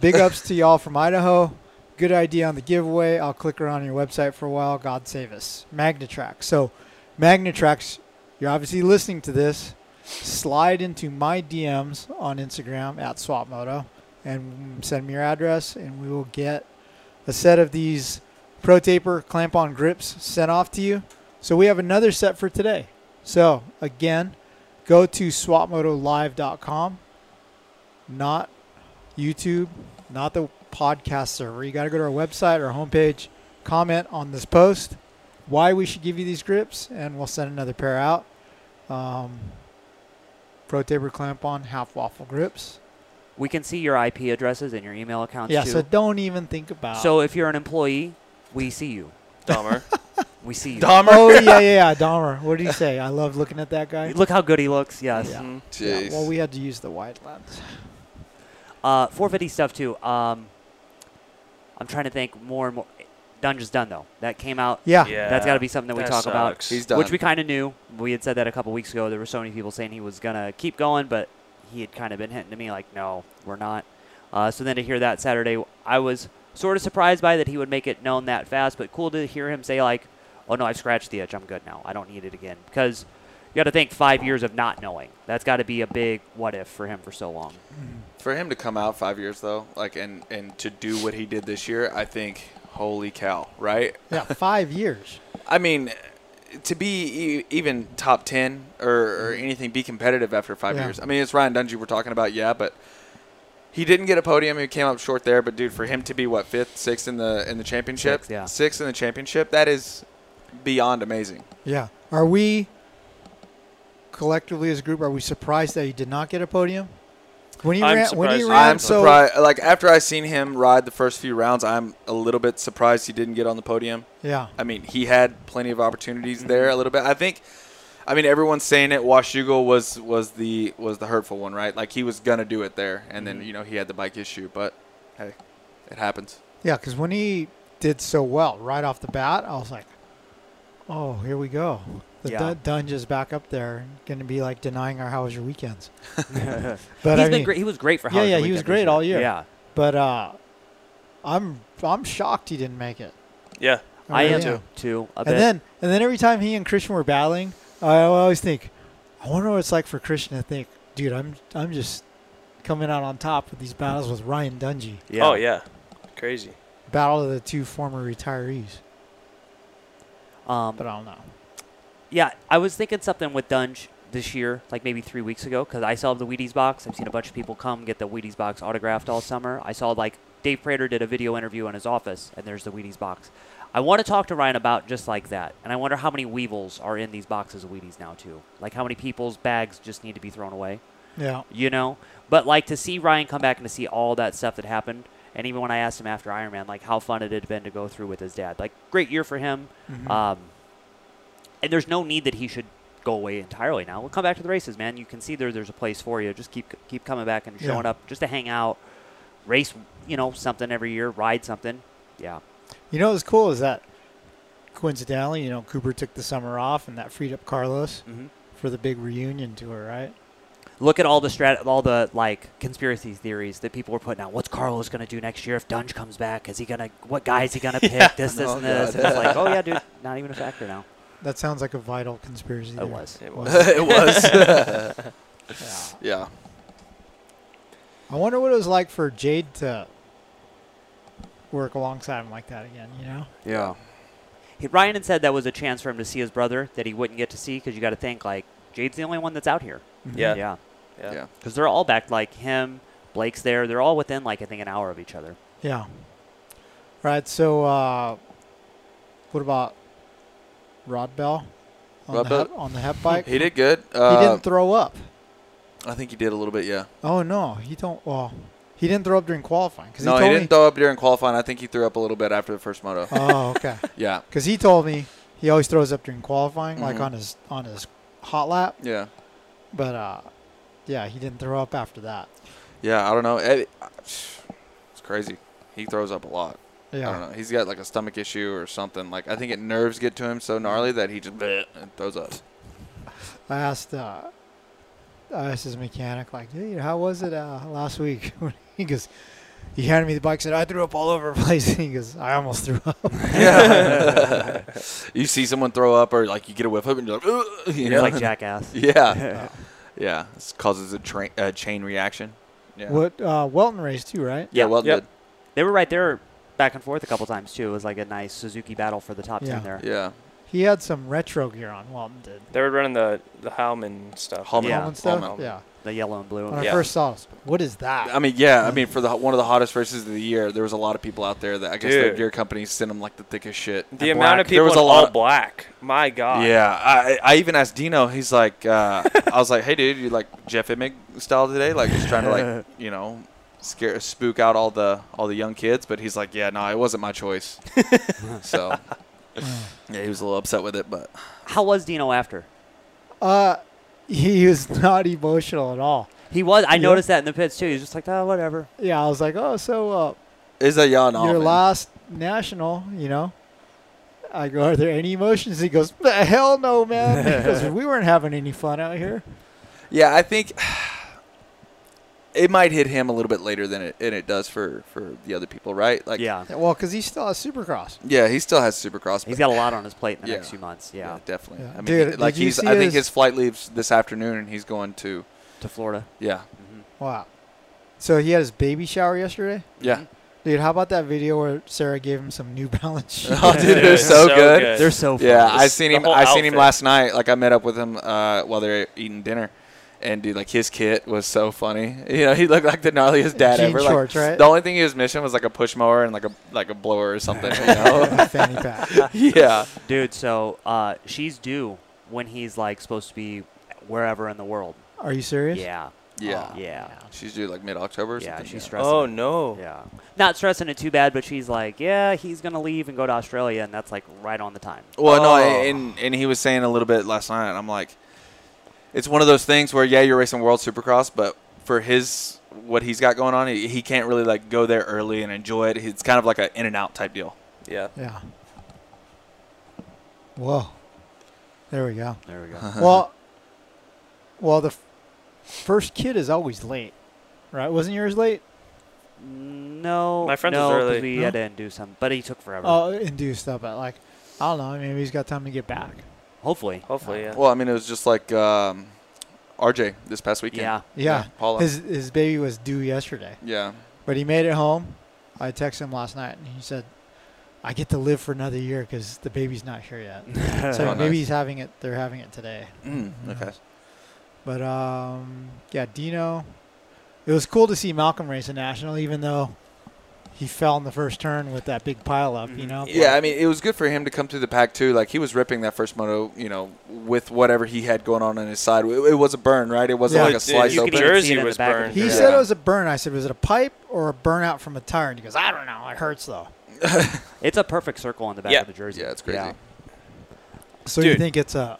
Big ups to y'all from Idaho. Good idea on the giveaway. I'll click around on your website for a while. God save us. Magnatrax. So, Magnatrax, you're obviously listening to this. Slide into my DMs on Instagram at SwapMoto and send me your address, and we will get a set of these Pro Taper clamp on grips sent off to you. So we have another set for today. So again, go to swapmotolive.com, not YouTube, not the podcast server. You got to go to our website or homepage, comment on this post, why we should give you these grips, and we'll send another pair out. Um, Pro Taper clamp on half waffle grips. We can see your IP addresses and your email accounts Yeah, too. so don't even think about. So if you're an employee, we see you. Dahmer. We see you. Dahmer? oh yeah, yeah, yeah, Dahmer. What did he say? I love looking at that guy. Look how good he looks. Yes. Yeah. Mhm. Yeah, Jeez. well, we had to use the wide lens. Uh, 450 stuff too. Um, I'm trying to think more and more. Dungeon's done though. That came out. Yeah. Yeah. That's got to be something that we That talk about, sucks. He's done. which we kind of knew. We had said that a couple weeks ago. There were so many people saying he was gonna keep going, but he had kind of been hinting to me like, "No, we're not." Uh, so then to hear that Saturday, I was sort of surprised by that he would make it known that fast, but cool to hear him say like, "Oh no, I've scratched the itch. I'm good now. I don't need it again." Because you got to think five years of not knowing. That's got to be a big what if for him for so long. For him to come out five years though, like and and to do what he did this year, I think, holy cow, right? Yeah, five years. I mean, to be e- even top ten or, or anything, be competitive after five Mm-hmm. Yeah. years. I mean, it's Ryan Dungey we're talking about, yeah, but he didn't get a podium. He came up short there, but dude, for him to be what fifth, sixth in the in the championship, Sixth, yeah. sixth in the championship, that is beyond amazing. Yeah. Are we collectively as a group? Are we surprised that he did not get a podium? When he I'm ran, when he surprised. ran, I'm so surprised. Like after I seen him ride the first few rounds, I'm a little bit surprised he didn't get on the podium. yeah, I mean, he had plenty of opportunities there a little bit. I think I mean everyone's saying it Washugal was was the was the hurtful one, right? Like he was going to do it there and then you know he had the bike issue, but hey, it happens. yeah. Because when he did so well right off the bat, I was like, "Oh, here we go." The Yeah. dun- Dunge is back up there, going to be like denying our "How was your weekends?" But He's I been mean, great. He was great for Yeah, Howard yeah, the he was Weekend great this all year. Yeah, but uh, I'm I'm shocked he didn't make it. Yeah. I am Oh, Yeah. too. too a bit. And then and then every time he and Christian were battling, I always think, I wonder what it's like for Christian to think, dude, I'm I'm just coming out on top with these battles with Ryan Dungey, yeah. Oh yeah. Crazy. battle of the two former retirees. Um, But uh, I don't know. Yeah, I was thinking something with Dunge this year, like maybe three weeks ago, because I saw the Wheaties box. I've seen a bunch of people come get the Wheaties box autographed all summer. I saw like Dave Prater did a video interview in his office, and there's the Wheaties box. I want to talk to Ryan about just like that, and I wonder how many Weevils are in these boxes of Wheaties now too. Like how many people's bags just need to be thrown away Yeah, you know. But like to see Ryan come back and to see all that stuff that happened, and even when I asked him after Ironman, like how fun it had been to go through with his dad, like great year for him. Mm-hmm. Uh, Um, and there's no need that he should go away entirely now. We'll come back to the races, man. You can see there there's a place for you. Just keep keep coming back and Yeah. showing up, just to hang out, race, you know, something every year, ride something. Yeah, you know what's cool is that coincidentally, you know, Cooper took the summer off, and that freed up Carlos Mhm. for the big reunion tour, right? look at all the strat, all the like conspiracy theories that people were putting out. What's Carlos gonna do next year if Dunge comes back? Is he gonna? What guy is he gonna pick? this, this, Oh, and this. God. And it's like, oh yeah, dude, not even a factor now. That sounds like a vital conspiracy. It theory. was. It was. it was. Yeah. yeah. I wonder what it was like for Jade to work alongside him like that again. You know? Yeah. He, Ryan had said that was a chance for him to see his brother that he wouldn't get to see because you got to think like Jade's the only one that's out here. Yeah. Yeah. Mm-hmm. Yeah. Yeah. Because they're all back, like him, Blake's there. They're all within, like, I think an hour of each other. Yeah. Right. So, uh, what about Rod Bell on, Rod the, Bell- Hep, on the hep bike? He did good. He Uh, didn't throw up. I think he did a little bit. Yeah. Oh no, he don't. Well, he didn't throw up during qualifying. 'cause No, he, he told didn't me, throw up during qualifying. I think he threw up a little bit after the first moto. Oh, okay. yeah. Because he told me he always throws up during qualifying, like Mhm. on his on his hot lap. Yeah. But uh, yeah, he didn't throw up after that. Yeah. I don't know. It- It's crazy. He throws up a lot. Yeah. I don't know. He's got like a stomach issue or something. Like I think it nerves get to him so gnarly that he just bleh, and throws up. I asked uh, I asked his mechanic, like, dude, how was it uh, last week? he goes, he handed me the bike, said, I threw up all over the place. he goes, I almost threw up. Yeah. you see someone throw up or like you get a whiff up and you're like, Ugh, you know? Like Jackass. yeah, yeah. This causes a, tra- a chain reaction. Yeah. What uh, Welton raced too, right? Yeah. Yeah. Well Yep. They were right there back and forth a couple times, too. It was like a nice Suzuki battle for the top Yeah. 10 there. did. Yeah. He had some retro gear on. Welton did. They were running the the Hallman stuff. Hallman. Yeah. Common stuff. Coleman. Yeah. The yellow and blue. When I Yeah. first saw this, what is that? I mean, yeah. I mean, for the one of the hottest races of the year, there was a lot of people out there that I guess their Dude. gear companies sent them like the thickest shit. The amount of There people was in a lot all of- black. My God. Yeah, I, I even asked Dino. He's like, uh, I was like, hey, dude, you like Jeff Immig style today? Like, just trying to like, you know, scare spook out all the all the young kids. But he's like, yeah, no, it wasn't my choice. so, yeah, he was a little upset with it, but How was Dino after? Uh, he was not emotional at all. He was. I Yeah. noticed that in the pits, too. He was just like, oh, whatever. Yeah, I was like, oh, so uh, is that y'all? your last national, you know. I go, are there any emotions? He goes, the hell no, man. Because we weren't having any fun out here. Yeah, I think it might hit him a little bit later than it and it does for for the other people, right? Like, yeah. Yeah, Well, because he still has Supercross. yeah, he still has Supercross. He's but- got a lot on his plate in the Yeah. next few months. Yeah. yeah, definitely. Yeah. I mean, Dude, he- did like you he's. see I think his- his flight leaves this afternoon, and he's going to. To Florida. Yeah, Wow. So he had his baby shower yesterday. yeah. Dude, how about that video where Sarah gave him some New Balance shoes? Oh, dude, they're Dude, so, so good. good. They're so fun. Yeah, Just I seen the him. whole I seen him outfit. last night. Like I met up with him uh, while they're eating dinner, and dude, like his kit was so funny. You know, he looked like the gnarliest dad Jean ever. shorts, like, right? The only thing he was missing was like a push mower and like a like a blower or something. You know? fanny pack. yeah. Dude, so uh, she's due when he's like supposed to be wherever in the world. Are you serious? Yeah. Oh, Yeah. Yeah. She's due like mid October. Yeah, she's yeah. stressing. Oh it. no. Yeah. Not stressing it too bad, but she's like, yeah, he's going to leave and go to Australia, and that's like right on the time. Well, no, Oh. and and he was saying a little bit last night. and I'm like, it's one of those things where yeah, you're racing World Supercross, but for his what he's got going on, he, he can't really like go there early and enjoy it. It's kind of like an in and out type deal. Yeah. Yeah. Whoa. There we go. There we go. Well, well, the f- first kid is always late, right? Wasn't yours late? no. My friend no, was 'cause early. we No? had to do some, but he took forever. Oh, induced up at like, I don't know. Maybe he's got time to get back. Hopefully. Hopefully, yeah. Well, I mean, it was just like um, RJ this past weekend. Yeah. Yeah. Paula. His his baby was due yesterday, yeah. but he made it home. I texted him last night, and he said, "I get to live for another year because the baby's not here yet. so Oh, maybe nice. he's having it. They're having it today. Mm, okay. But um, yeah, Dino. It was cool to see Malcolm race a national, even though he fell in the first turn with that big pile up. Mm-hmm. You know. but- Yeah, I mean, it was good for him to come through the pack too. Like he was ripping that first moto, you know, with whatever he had going on on his side. It, it was a burn, right? It wasn't Yeah. like a It- slice you You can could open. even see Jersey it in the was back of burned. He the jersey. said Yeah. it was a burn. I said, was it a pipe or a burnout from a tire? And he goes, I don't know. It hurts though. It's a perfect circle on the back Yeah. of the jersey. Yeah, it's crazy. So you Dude. think it's a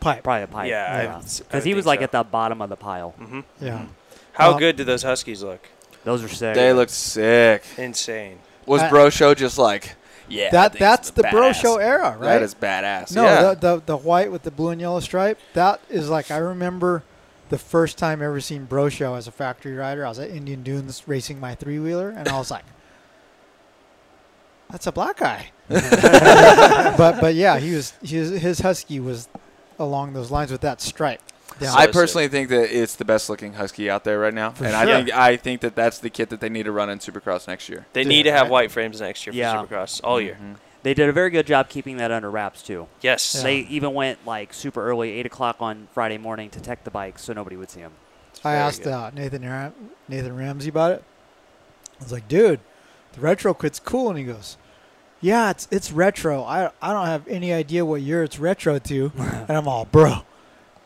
pipe? Probably a pipe. Mm-hmm. Yeah, I would s- I Because would he was think like so. at the bottom of the pile. Mhm. Yeah. How Uh, good do those Huskies look? Those are sick. They looked sick. Insane. Was Uh, Bro Show just like yeah? I that think that's it's the bro badass. show era, right? That is badass. no, the, yeah. the the white with the blue and yellow stripe. That is like I remember the first time I ever seen bro show as a factory rider. I was at Indian Dunes racing my three wheeler, and I was like, "That's a black guy." but but yeah, he was his his husky was along those lines with that stripe. Yeah. So I sick. personally think that it's the best looking Husky out there right now, and I sure. think I think that that's the kit that they need to run in Supercross next year. Mm-hmm. They Dude, need to have right? white frames next year for Yeah. Mm-hmm. Supercross all year. They did a very good job keeping that under wraps too. Yes. Yeah. They even went like super early, eight o'clock on Friday morning to tech the bike so nobody would see them. I Very asked good. uh, Nathan Ra- Nathan Ramsey about it. I was like, dude, the retro kit's cool, and he goes, yeah, it's it's retro. I I don't have any idea what year it's retro to, and I'm all, bro,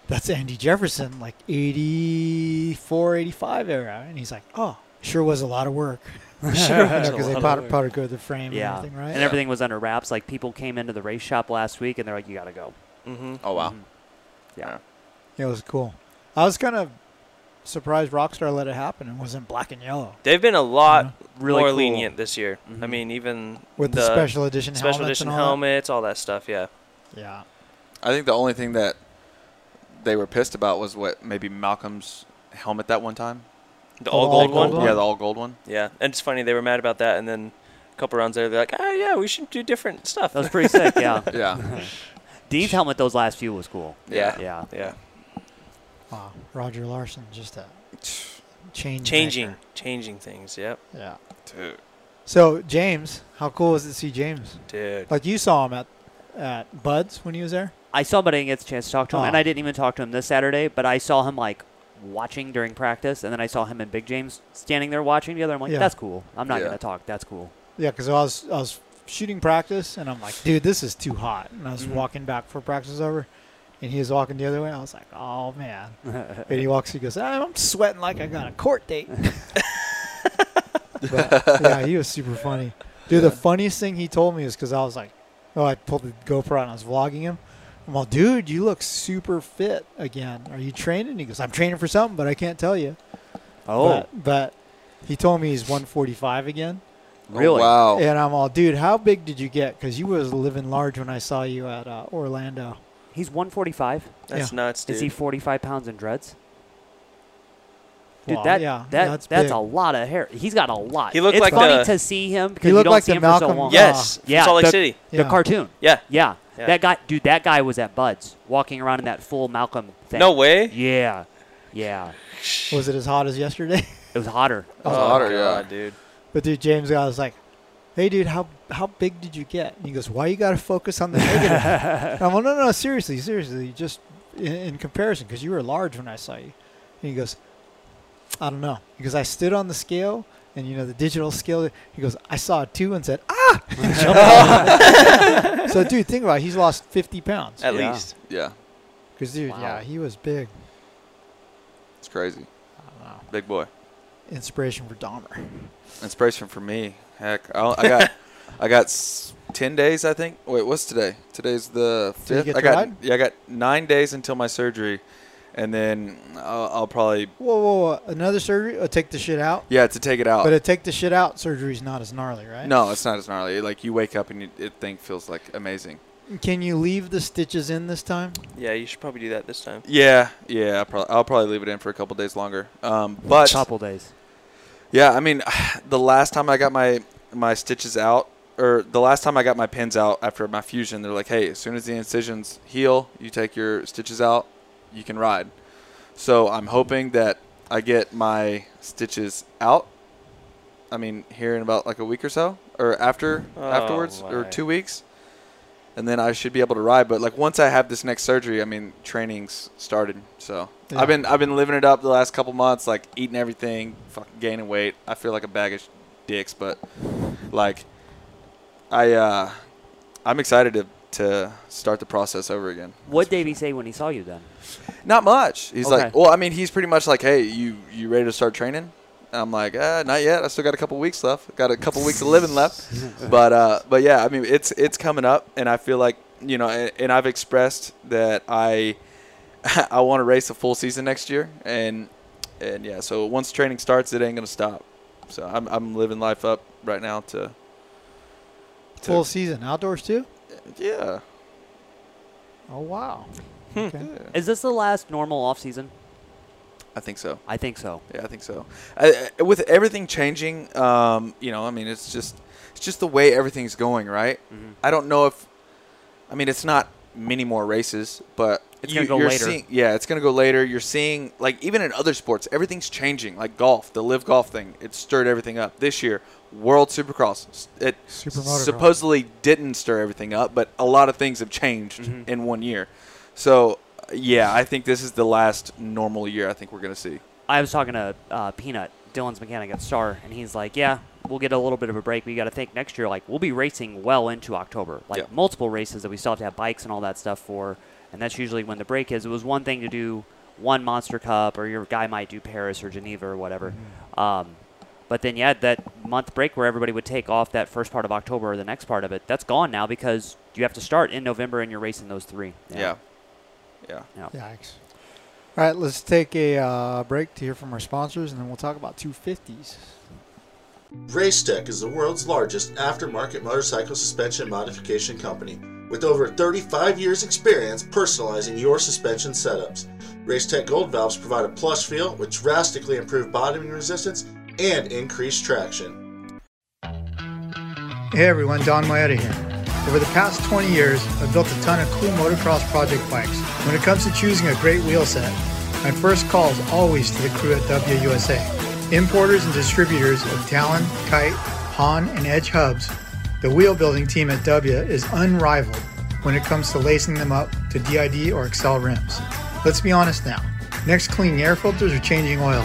that's Andy Jefferson, like 84, 85 era, and he's like, oh, sure was a lot of work. sure, was a because they lot of powder, work. powder coated the frame yeah, and everything, right? and everything was under wraps. Like people came into the race shop last week and they're like, "You gotta go." Mm-hmm. Oh wow. Yeah. Yeah, it was cool. I was kind of surprised Rockstar let it happen and wasn't black and yellow They've been a lot Mm-hmm. Really more cool. lenient this year. I Mhm. mean, even with the, special edition special helmets edition and all helmets, all that stuff. Yeah. That. Yeah. I think the only thing that they were pissed about was what maybe Malcolm's helmet that one time. The all gold one. Oh, gold one? Yeah, the all gold one. Yeah. And it's funny they were mad about that, and then a couple rounds later they're like, ah, yeah, we should do different stuff. That was pretty sick. Yeah, Yeah. Dean's helmet those last few was cool. yeah. yeah. Yeah, Wow, Roger Larson, just a change. Changing, maker. changing things. Yep. Yeah. Dude. So James, how cool was it to see James? Dude. Oh, Like you saw him at at Buds when he was there. I saw, him, but I didn't get the chance to talk to him, and Aw. I didn't even talk to him this Saturday. But I saw him like watching during practice, and then I saw him and Big James standing there watching together. I'm like, Yeah. "That's cool. I'm not Yeah. gonna talk. That's cool." Yeah, because I was I was shooting practice and I'm like, dude, this is too hot. And I was Mhm. walking back for practice was over, and he was walking the other way. I was like, oh man. yeah, And he walks. He goes, "Ah, I'm sweating like I got a court date. but, yeah, he was super funny, dude. The funniest thing he told me is because I was like, oh, I pulled the GoPro out and I was vlogging him. I'm all, dude, you look super fit again. Are you training? He goes, I'm training for something, but I can't tell you. Oh. but, but he told me he's 145 again, Really? wow. and I'm all, dude, how big did you get? Because you was living large when I saw you at uh, Orlando. he's 145. That's nuts, dude. Is he 45 pounds in dreads? Dude, Wow, that, yeah, that that's that's, big. a lot of hair. He's got a lot. He looked it's like funny the- to see him because He you looked don't like see the him for Malcolm- so long. yes. from Yeah, Salt Lake the- City. Yeah. The cartoon. Yeah. Yeah. Yeah. That guy, dude, that guy was at Bud's walking around in that full Malcolm thing. No way. Yeah. Yeah. Was it as hot as yesterday? It was hotter. That was hotter, Oh, God, yeah. dude. But dude, James, I was like, "Hey, dude, how how big did you get?" And he goes, "Why you got to focus on the negative?" And I'm like, "No, no, no, seriously, seriously, just in, in comparison, because you were large when I saw you." And he goes, "I don't know," because I stood on the scale, and you know the digital scale. He goes, "I saw a two and said ah." and jumped off. so dude, think about it. He's lost 50 pounds. At Yeah. least. Yeah. Because dude, Wow. yeah, he was big. It's crazy. I don't know. Big boy. Inspiration for Dahmer. Inspiration for me. Heck, I, I got, I got s- ten days. I think. Wait, what's today? Today's the Till you fifth. get I to got. ride? Yeah, I got nine days until my surgery, and then I'll, I'll probably Whoa, whoa, whoa! Another surgery? Oh, take the shit out. yeah to take it out. But to take the shit out, surgery's not as gnarly, right? Uh, no, it's not as gnarly. Like you wake up and you, it thing feels like amazing. Can you leave the stitches in this time? Yeah, you should probably do that this time. Yeah, yeah. I'll probably, I'll probably leave it in for a couple days longer. Um, but couple days. yeah, I mean, the last time I got my my stitches out, or the last time I got my pins out after my fusion, they're like, hey, as soon as the incisions heal, you take your stitches out, you can ride. So I'm hoping that I get my stitches out. I mean, here in about like a week or so, or after Oh, afterwards, or my. two weeks, and then I should be able to ride. But like once I have this next surgery, I mean, training's started. So Yeah. I've been I've been living it up the last couple months, like eating everything, fucking gaining weight. I feel like a bag of sh- dicks, but like I uh, I'm excited to to start the process over again. What did Davey say when he saw you then? Not much. He's like, Okay. well, I mean, he's pretty much like, hey, you you ready to start training? And I'm like, uh, not yet. I still got a couple weeks left. Got a couple weeks of living left. But uh, but yeah, I mean, it's it's coming up, and I feel like you know, and, and I've expressed that I I want to race a full season next year, and and yeah, so once training starts, it ain't gonna stop. So I'm I'm living life up right now to. to Full season outdoors too. yeah. Oh wow! yeah. Okay. Is this the last normal off season? I think so. I think so. Yeah, I think so. I, I- with everything changing, um, you know, I mean, it's just it's just the way everything's going, right? Mhm. I don't know if, I mean, it's not many more races, but It's you, gonna go you're later. seeing- yeah, it's gonna go later. You're seeing like even in other sports, everything's changing. Like golf, the live golf thing, it stirred everything up. This year, World Supercross, s- it Super motocross. supposedly didn't stir everything up, but a lot of things have changed Mm-hmm. in one year. So yeah, I think this is the last normal year. I think we're gonna see. I was talking to uh, Peanut, Dylan's mechanic at Star, and he's like, "Yeah, we'll get a little bit of a break, but you got to think next year. Like, we'll be racing well into October, like Yeah. multiple races that we still have to have bikes and all that stuff for, and that's usually when the break is. It was one thing to do one Monster Cup, or your guy might do Paris or Geneva or whatever, um, but then yeah, that month break where everybody would take off that first part of October or the next part of it, that's gone now because you have to start in November and you're racing those three. Yeah, yeah. yeah. Yikes. All right, let's take a uh, break to hear from our sponsors, and then we'll talk about 250s. Racetech is the world's largest aftermarket motorcycle suspension modification company. With over 35 years' experience personalizing your suspension setups, Racetech Gold Valves provide a plush feel with drastically improved bottoming resistance and increased traction. Hey everyone, Don Maeda here. Over the past 20 years, I've built a ton of cool motocross project bikes. When it comes to choosing a great wheel set, my first call is always to the crew at WUSA. Importers and distributors of Talon, Kite, Hahn, and Edge hubs, the wheel building team at W is unrivaled when it comes to lacing them up to DID or Excel rims. Let's be honest now. Next, cleaning air filters or changing oil.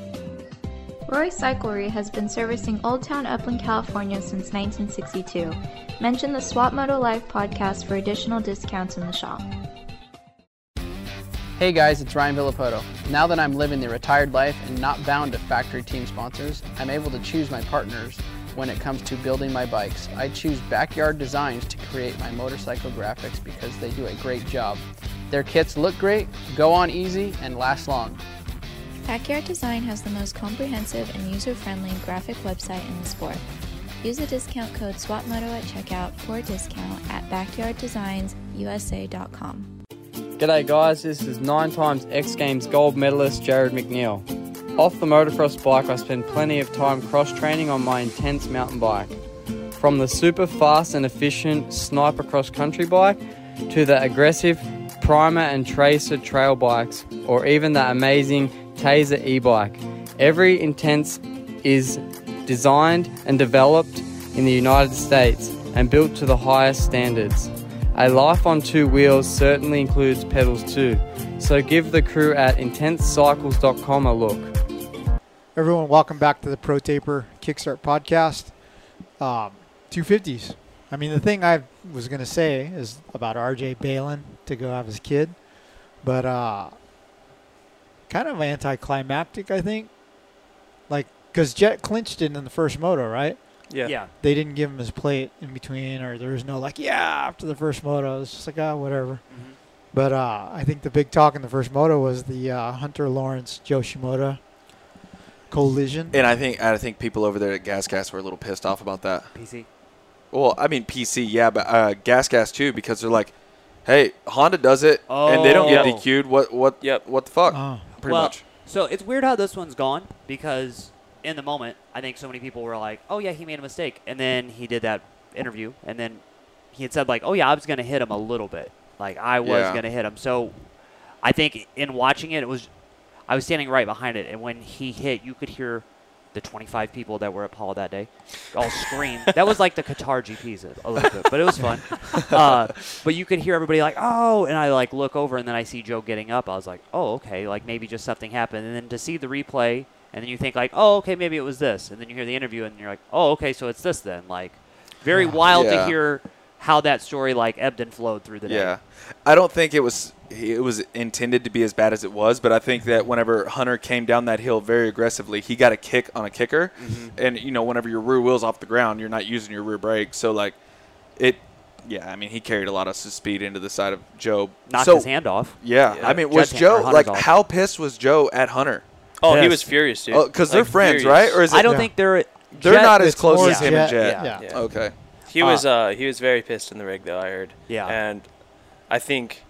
Roy Cyclery has been servicing Old Town Upland, California since 1962. Mention the Swap Moto Live podcast for additional discounts in the shop. Hey guys, it's Ryan Villapoto. Now that I'm living the retired life and not bound to factory team sponsors, I'm able to choose my partners when it comes to building my bikes. I choose Backyard Designs to create my motorcycle graphics because they do a great job. Their kits look great, go on easy, and last long. Backyard Design has the most comprehensive and user friendly graphic website in the sport. Use the discount code SWAPMOTO at checkout for a discount at backyarddesignsusa.com. G'day guys, this is nine times X Games gold medalist Jared McNeil. Off the motocross bike, I spend plenty of time cross training on my intense mountain bike. From the super fast and efficient sniper cross country bike to the aggressive primer and tracer trail bikes, or even the amazing Taser e bike. Every intense is designed and developed in the United States and built to the highest standards. A life on two wheels certainly includes pedals too, so give the crew at intensecycles.com a look. Everyone, welcome back to the Pro Taper Kickstart podcast. Um, 250s. I mean, the thing I was going to say is about RJ Balin to go have his kid, but uh, kind of anticlimactic, I think. Like, because Jet clinched it in the first moto, right? Yeah. yeah. They didn't give him his plate in between, or there was no, like, yeah, after the first moto. It's just like, ah, whatever. But uh, I think the big talk in the first moto was the uh, Hunter Lawrence Yoshimoto collision. And I think I think people over there at Gas Gas were a little pissed off about that. PC. Well, I mean PC, yeah, but uh, Gas Gas too, because they're like, "Hey, Honda does it, and they don't get Oh. DQ'd. What, what, Yep. what the fuck?" Oh. Pretty well, much. So it's weird how this one's gone because in the moment, I think so many people were like, "Oh yeah, he made a mistake," and then he did that interview, and then he had said like, "Oh yeah, I was going to hit him a little bit, like I was Yeah. going to hit him." So I think in watching it, it was I was standing right behind it, and when he hit, you could hear the 25 people that were at Paul that day all scream. that was like the Qatar GPs a- a little bit, but it was fun. Uh, but you could hear everybody like, oh, and I like look over, and then I see Joe getting up. I was like, oh, okay, like maybe just something happened. And then to see the replay, and then you think like, oh, okay, maybe it was this. And then you hear the interview, and you're like, oh, okay, so it's this then. Like, very wild to Yeah. hear how that story like ebbed and flowed through the day. Yeah, I don't think it was it was intended to be as bad as it was, but I think that whenever Hunter came down that hill very aggressively, he got a kick on a kicker, Mm-hmm. and you know whenever your rear wheel's off the ground, you're not using your rear brake, so like it. Yeah, I mean he carried a lot of s- speed into the side of Joe. knocked so, his hand off. Yeah, I mean was Judge- or Joe Hunter's like off. how pissed was Joe at Hunter? Oh, he Yes. was furious, dude. Oh, because they're Like, friends, furious. right? Or is it I don't Yeah. think they're they're Jet- not It's as close more as him and Jet, Jet? yeah. Yeah. Okay. He was uh he was very pissed in the rig though I heard. Yeah. And I think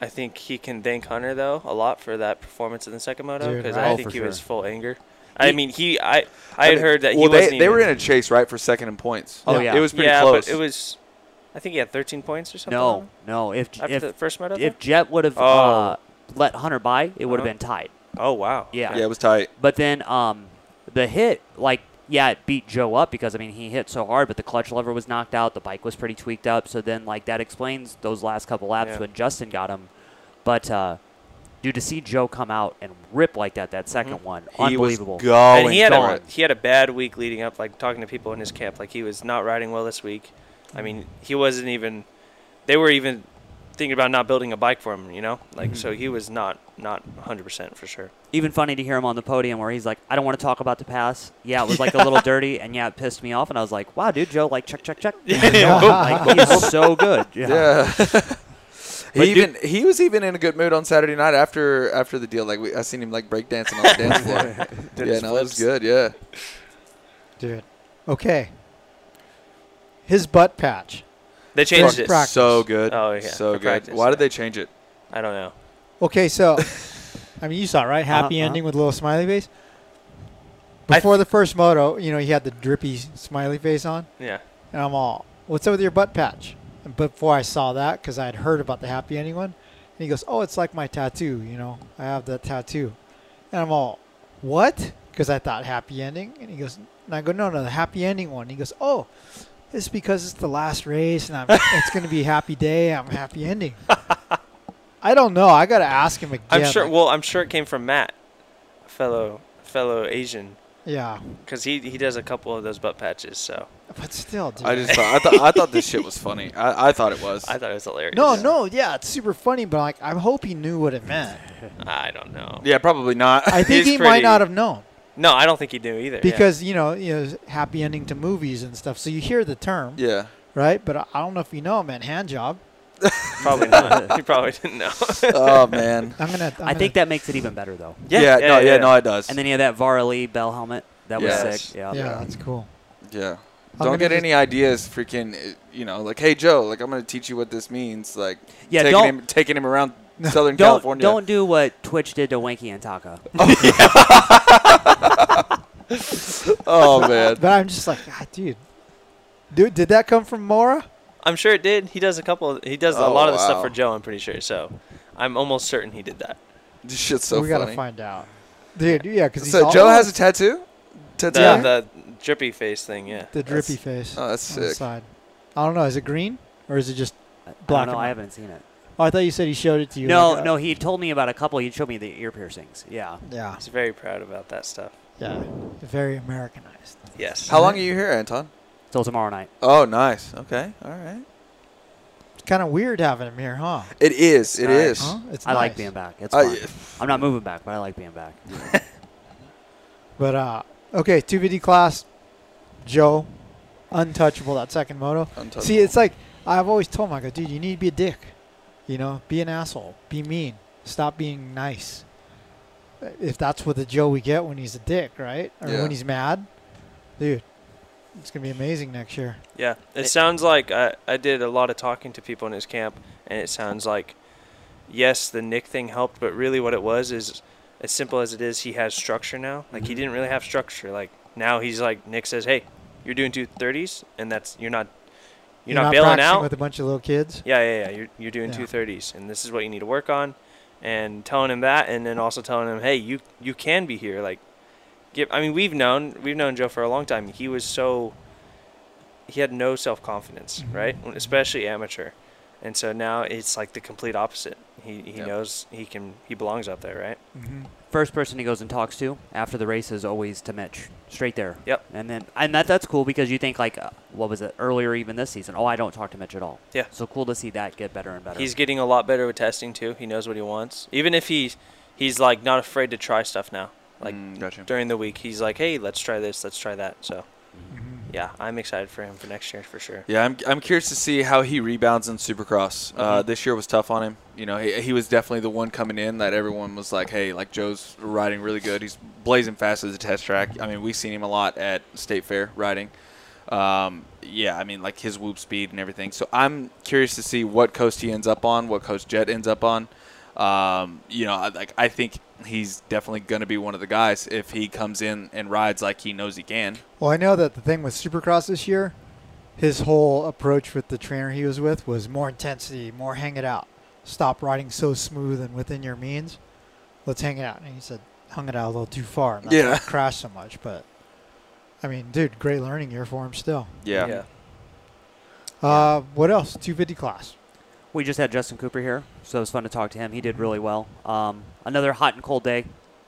I think he can thank Hunter though a lot for that performance in the second moto Dude, because right. I Oh, think for he was sure. full anger. I He- mean he I I had mean, heard that well, he wasn't they, they were in even- a chase right for second in points. Oh, yeah. it was pretty yeah, close. but it was I think he had 13 points or something. on No, him no. If after if the first moto. if though? Jet would have uh, Oh. let Hunter by, it would have Uh-huh. been tied. oh wow. Yeah. yeah, it was tight. But then um, the hit, like, yeah, it beat Joe up because, I mean, he hit so hard, but the clutch lever was knocked out. The bike was pretty tweaked up. So then, like, that explains those last couple laps Yeah. when Justin got him. But, uh, dude, to see Joe come out and rip like that, that 2nd Mm-hmm. one, He was unbelievable. going and he had for a, it. he had a bad week leading up, like talking to people in his camp, like he was not riding well this week. I mean, he wasn't even. They were even thinking about not building a bike for him, you know. Like so, he was not not 100 percent for sure. Even funny to hear him on the podium where he's like, I don't want to talk about the pass. Yeah, it was like a little dirty, and yeah, it pissed me off. And I was like, wow, dude, Joe, like, check, check, check. like, he's so good. Yeah. But he even he was even in a good mood on Saturday night after after the deal. Like we, I seen him like break dancing on the dance floor. yeah, no, that was good. Yeah. Dude. Okay. His butt patch. They changed Fuck. it. Practice. So good. Oh, yeah, So for good. practice, Why did yeah. they change it? I don't know. Okay, so I mean, you saw it, right? Happy Uh-huh. ending with a little smiley face. I Before the first moto, you know, he had the drippy smiley face on, Yeah. and I'm all, "What's up with your butt patch?" And before I saw that, because I had heard about the happy ending one, and he goes, "Oh, it's like my tattoo. You know, I have that tattoo," and I'm all, "What?" Because I thought happy ending, and he goes, and I go, "No, no, the happy ending one." And he goes, "Oh." It's because it's the last race, and I'm, it's going to be a happy day. I'm happy ending. I don't know. I got to ask him again. I'm sure. like- well, I'm sure it came from Matt, a fellow fellow Asian, Yeah, because he he does a couple of those butt patches. So but still, dude. I just thought I thought I thought this shit was funny. I, I thought it was. I thought it was hilarious. no, no, yeah, it's super funny, but like, I hope he knew what it meant. I don't know. yeah, probably not. I think He's he might pretty- not have known No, I don't think he knew either. yeah. because you know, you know, happy ending to movies and stuff. So you hear the term, yeah. right? But I- I don't know if you know, man. Hand job. probably not. he probably didn't know. Oh man. I'm gonna. I'm I think gonna- that makes it even better, though. Yeah. Yeah, no. yeah, Yeah, yeah. No. It does. And then he had that Vara Lee bell helmet. That was Yes. sick. Yeah. Yeah, that's cool. yeah. I'm Don't gonna get just- any ideas. Freaking. uh, You know, like hey Joe, like I'm gonna teach you what this means. Like Yeah, taking don't- him taking him around Southern Don't California. don't do what Twitch did to Winky and Taka. Oh man. But I'm just like, ah, dude, dude, did that come from Mora? I'm sure it did. He does a couple. He does a Oh, lot of the stuff wow. for Joe. I'm pretty sure. So, I'm almost certain he did that. This shit's so we gotta funny. find out, dude. Yeah, because So Joe has a tattoo. Tattoo. The, Yeah. the drippy face thing. Yeah. the drippy face Oh, that's on the sick. side. I don't know. Is it green or is it just? Black Black. No, and I white. haven't seen it. Oh, I thought you said he showed it to you. No, like, uh, no. He told me about a couple. He showed me the ear piercings. Yeah. Yeah, He's very proud about that stuff. yeah, very Americanized. Yes. How long are you here, Anton? Till tomorrow night. Oh, nice. Okay. All right. It's kind of weird having him here, huh? It is. It is. Huh? It's I like nice. being back. It's I- fun. I'm not moving back, but I like being back. But uh, okay, two VD class, Joe, untouchable that second moto. Untouchable. See, it's like I've always told him, I go, dude, you need to be a dick, you know, be an asshole, be mean, stop being nice. Uh, If that's what the Joe we get when he's a dick, right, or Yeah. when he's mad, dude, it's gonna be amazing next year. Yeah. It, It- sounds like I, I did a lot of talking to people in his camp, and it sounds like, yes, the Nick thing helped, but really what it was is as simple as it is, he has structure now. Like he didn't really have structure. Like now he's like Nick says, hey, you're doing two thirties, and that's you're not you're, not, bailing practicing out. with a bunch of little kids. yeah, yeah, yeah. You're you're doing Yeah. two thirties, and this is what you need to work on, and telling him that, and then also telling him, hey, you you can be here. Like, give. I mean, we've known we've known Joe for a long time. He was so he had no self confidence, right? Especially amateur, and so now it's like the complete opposite. He he Yep. knows he can he belongs out there, right? hmm First person he goes and talks to after the race is always to Mitch, straight there. Yep. And then and that that's cool because you think like uh, what was it earlier even this season? Oh, I don't talk to Mitch at all. Yeah. So cool to see that get better and better. He's getting a lot better with testing too. He knows what he wants. Even if he he's like not afraid to try stuff now. Like Mm, gotcha. during the week, he's like, "Hey, let's try this, let's try that." So, yeah, I'm excited for him for next year for sure. Yeah, I'm, I'm curious to see how he rebounds in Supercross. Uh, this year was tough on him. You know, he, he was definitely the one coming in that everyone was like, hey, like Joe's riding really good. He's blazing fast at the test track. I mean, we've seen him a lot at State Fair riding. Um, yeah, I mean, like his whoop speed and everything. So I'm curious to see what coast he ends up on, what coast Jet ends up on. Um, you know, I- like I think he's definitely going to be one of the guys if he comes in and rides like he knows he can. Well, I know that the thing with Supercross this year, his whole approach with the trainer he was with was more intensity, more hang it out, stop riding so smooth and within your means. Let's hang it out. And he said, hung it out a little too far. And that's why Yeah. it crashed so much. But, I mean, dude, great learning year for him still. yeah. Uh, what else? 250 class. We just had Justin Cooper here, so it was fun to talk to him. He did really well. Um, another hot and cold day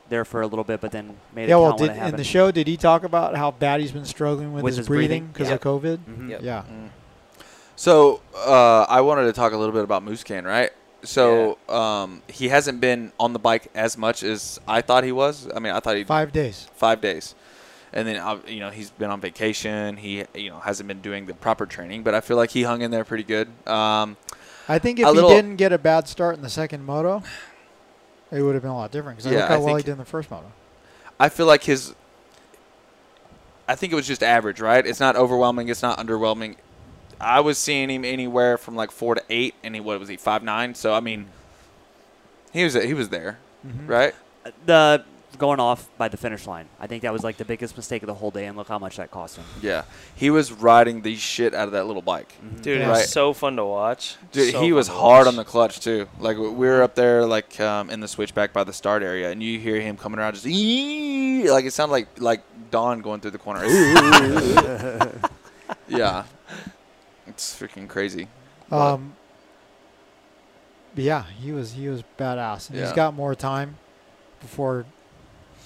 there for a little bit, but then made yeah, it well, count when did, it in happened. the show, did he talk about how bad he's been struggling with, With his, his breathing? because Yeah. of COVID? Mhm. Yep. Yeah. So uh, I wanted to talk a little bit about Moose Can, right? So um, he hasn't been on the bike as much as I thought he was. I mean, I thought he five, Five days. days, and then uh, you know he's been on vacation. He you know hasn't been doing the proper training, but I feel like he hung in there pretty good. Um, I think if A he little- didn't get a bad start in the second moto, it would have been a lot different. Because Yeah, look how I well he think- did in the first moto. I feel like his. I think it was just average, right? It's not overwhelming. It's not underwhelming. I was seeing him anywhere from like four to eight, and he what was he five nine? So I mean, he was he was there, right? Uh, the going off by the finish line. I think that was like the biggest mistake of the whole day, and look how much that cost him. Yeah, he was riding the shit out of that little bike. Dude, Yeah. it was Right. so fun to watch. Dude, So he fun was to hard watch. on the clutch too. Like we we were up there, like um, in the switchback by the start area, and you hear him coming around, just "Ee!" like it sounded like like Don going through the corner. yeah, it's freaking crazy. Um, but yeah, he was he was badass, and he's Yeah. got more time before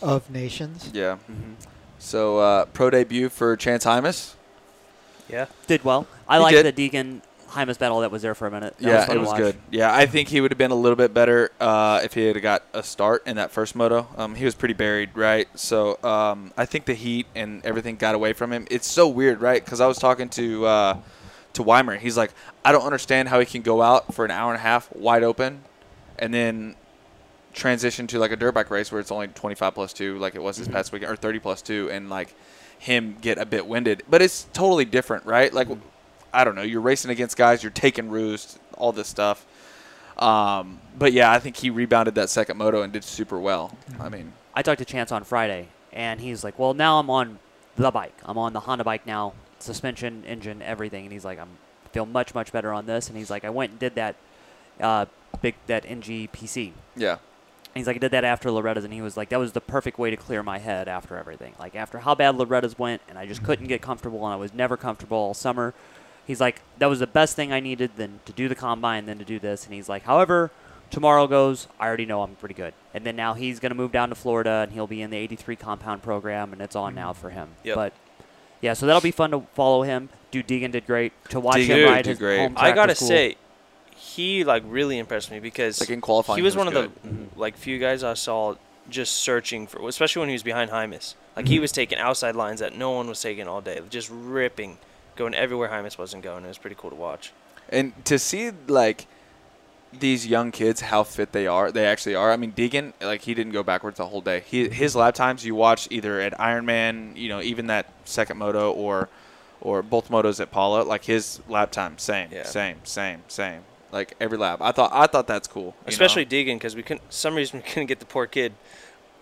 of nations. Yeah. Mm-hmm. So uh, pro debut for Chance Hymus. Yeah. Did well. I He like did. the Deacon Hymas battle that was there for a minute. That yeah, fun it to was watch. good. Yeah, I think he would have been a little bit better uh, if he had got a start in that first moto. Um, he was pretty buried, right? So um, I think the heat and everything got away from him. It's so weird, right? Because I was talking to uh, to Weimer. He's like, I don't understand how he can go out for an hour and a half wide open, and then transition to like a dirt bike race where it's only 25 plus two, like it was this past weekend, or 30 plus two, and like him get a bit winded. But it's totally different, right? Like, I don't know. You're racing against guys, you're taking roost, all this stuff. Um, but yeah, I think he rebounded that second moto and did super well. I mean, I talked to Chance on Friday, and he's like, "Well, now I'm on the bike. I'm on the Honda bike now, suspension, engine, everything." And he's like, "I'm feel much much better on this." And he's like, "I went and did that uh, big that NGPC." And yeah, he's like, "I did that after Loretta's," and he was like, "That was the perfect way to clear my head after everything. Like after how bad Loretta's went, and I just Mm-hmm. couldn't get comfortable, and I was never comfortable all summer." He's like, "That was the best thing I needed than to do the combine, than to do this." And he's like, "However." tomorrow goes, I already know I'm pretty good. And then now he's going to move down to Florida and he'll be in the 83 compound program and it's on now for him. Mm-hmm. Yep. But yeah, so that'll be fun to follow him. Dude Deegan did great. To watch Deegan him did ride do his great. home I track gotta was cool. say, he like really impressed me because Like, in qualifying, he he was, was one of the mm, like few guys I saw just searching for, especially when he was behind Hymus. Like he was taking outside lines that no one was taking all day, just ripping, going everywhere Hymus wasn't going. It was pretty cool to watch. and to see like these young kids how fit they are, they actually are. I mean, Deegan, like he didn't go backwards the whole day. He, his lap times you watch either at Ironman, you know, even that second moto or or both motos at Paula, like his lap time, same, Yeah. same, same, same. Like every lap, I thought I thought that's cool. you know? Especially Deegan because we couldn't, some reason we couldn't get the poor kid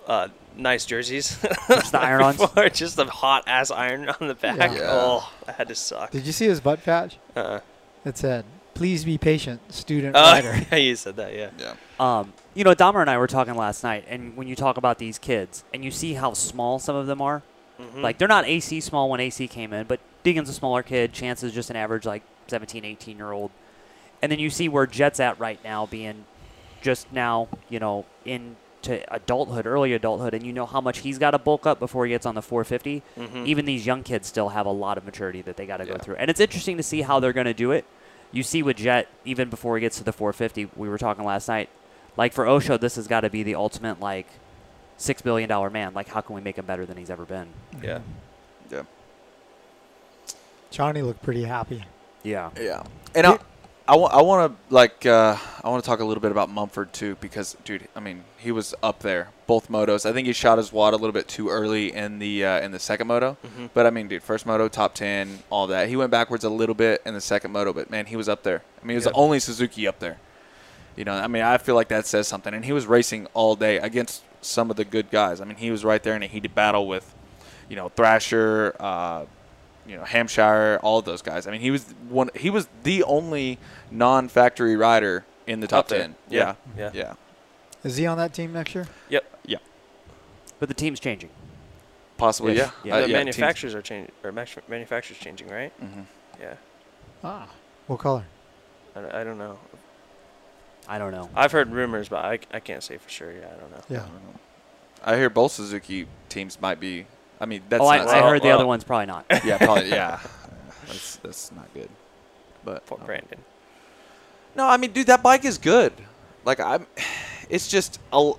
uh, nice jerseys. the iron-ons? Before, just the hot ass iron on the back. Yeah. Oh, that had to suck. Did you see his butt patch? Uh-uh. It said, "Please be patient, student Uh, rider." yeah, you said that, yeah. Yeah. Um, you know, Dahmer and I were talking last night, and when you talk about these kids, and you see how small some of them are, Mm-hmm. like they're not AC small when AC came in, but Deegan's a smaller kid. Chance is just an average like 17, 18 year old, and then you see where Jet's at right now, being just now, you know, into adulthood, early adulthood, and you know how much he's got to bulk up before he gets on the 450. Even these young kids still have a lot of maturity that they got to go through, and it's interesting to see how they're going to do it. You see with Jet, even before he gets to the 450, we were talking last night. Like for Osho, this has got to be the ultimate like six billion dollar man. Like, how can we make him better than he's ever been? Yeah. Yeah. Johnny looked pretty happy. Yeah. Yeah. And I, I, wa- I want to like uh, I want to talk a little bit about Mumford too because dude, I mean he was up there both motos. I think he shot his wad a little bit too early in the uh, in the second moto, but I mean dude, first moto top ten, all that. He went backwards a little bit in the second moto, but man, he was up there. I mean, he was the only Suzuki up there. You know, I mean, I feel like that says something. And he was racing all day against some of the good guys. I mean, he was right there in a heated battle with, you know, Thrasher, uh, you know, Hampshire, all of those guys. I mean, he was one. He was the only non-factory rider in the top Up there. ten. Yeah. yeah, Yeah. yeah, Is he on that team next year? Yep. But the team's changing. possibly. Yeah. Yeah, Yeah. Uh, the yeah, teams- manufacturers are changing, or max- manufacturers changing, right? Mhm. Yeah. Ah, what color? I, I don't know. I don't know. I've heard rumors, but I, I can't say for sure. Yeah, I don't know. Yeah. I hear both Suzuki teams might be. I mean, that's oh, I, not. I heard the well- other one's probably not. yeah, probably. Yeah, that's that's not good. But Poor Brandon. No, I mean, dude, that bike is good. Like I'm, it's just a,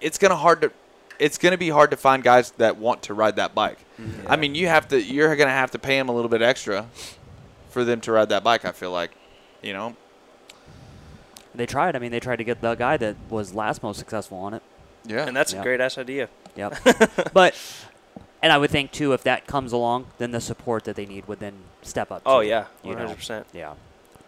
it's gonna hard to, it's gonna be hard to find guys that want to ride that bike. I mean, you have to, you're gonna have to pay them a little bit extra, for them to ride that bike. I feel like, you know, they tried. I mean, they tried to get the guy that was last most successful on it. yeah, And that's Yeah. a great ass idea. Yep. but, and I would think too, if that comes along, then the support that they need would then step up. to Oh, it, yeah. you know? 100%. Yeah.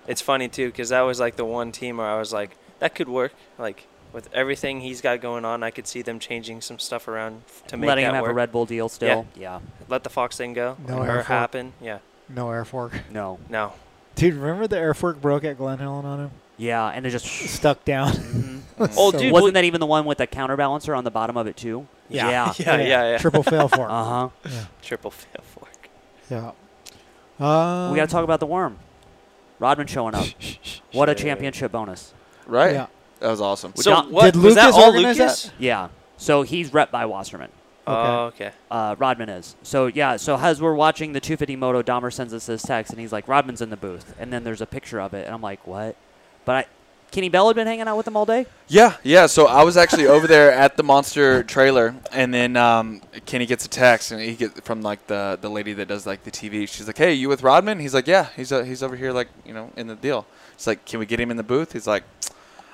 It's funny too because that was like the one team where I was like, that could work. Like with everything he's got going on, I could see them changing some stuff around f- to make Letting that him have work. a Red Bull deal still. Yeah. Let the Fox thing go. No let air her fork. happen. Yeah. No air fork. No. No. Dude, remember the air fork broke at Glen Helen on him? Yeah, and it just Stuck down. Oh, So- dude. wasn't that even the one with the counterbalancer on the bottom of it too? Yeah. Yeah. Yeah. Yeah. Yeah. Triple fail fork. Uh huh. Triple fail fork. Yeah. Um, we got to talk about the worm. Rodman showing up. what a championship bonus. right. Yeah. That was awesome. So John- what Did was that? Lucas All organize that? Lucas? Yeah. So he's rep by Wasserman. Oh, okay. Uh, Rodman is. So yeah. So as we're watching the 250 moto, Dahmer sends us this text, and he's like, "Rodman's in the booth," and then there's a picture of it, and I'm like, "What?" But I, Kenny Bell had been hanging out with him all day. Yeah, yeah. So I was actually over there at the monster trailer, and then um, Kenny gets a text, and he gets from like the the lady that does like the TV. She's like, "Hey, you with Rodman?" He's like, "Yeah, he's uh, he's over here, like you know, in the deal." It's like, "Can we get him in the booth?" He's like,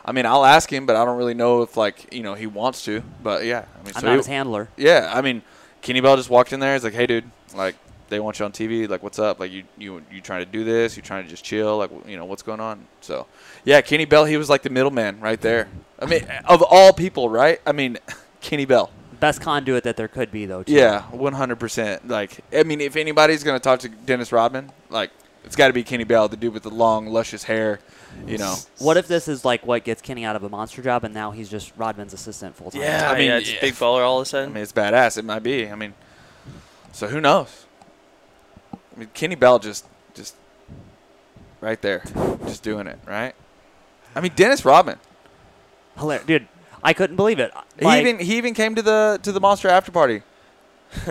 "I mean, I'll ask him, but I don't really know if like you know he wants to." But yeah, I mean, I'm so not he- his handler. yeah, I mean, Kenny Bell just walked in there. He's like, "Hey, dude, like they want you on TV. Like, what's up? Like, you you you trying to do this? You trying to just chill? Like, you know, what's going on?" So, yeah, Kenny Bell, he was like the middleman right there. I mean, of all people, right? I mean, Kenny Bell. Best conduit that there could be, though. Too. Yeah, one hundred percent. Like, I mean, if anybody's gonna talk to Dennis Rodman, like, it's got to be Kenny Bell, the dude with the long, luscious hair. You know, What if this is like what gets Kenny out of a monster job, and now he's just Rodman's assistant full time? Yeah. I mean, yeah, it's yeah. big baller all of a I sudden. mean, it's badass. It might be. I mean, so who knows? I mean, Kenny Bell just, just right there, just doing it, right? I mean, Dennis Rodman. Hilarious, dude. I couldn't believe it. he Like, even he even came to the to the monster after party.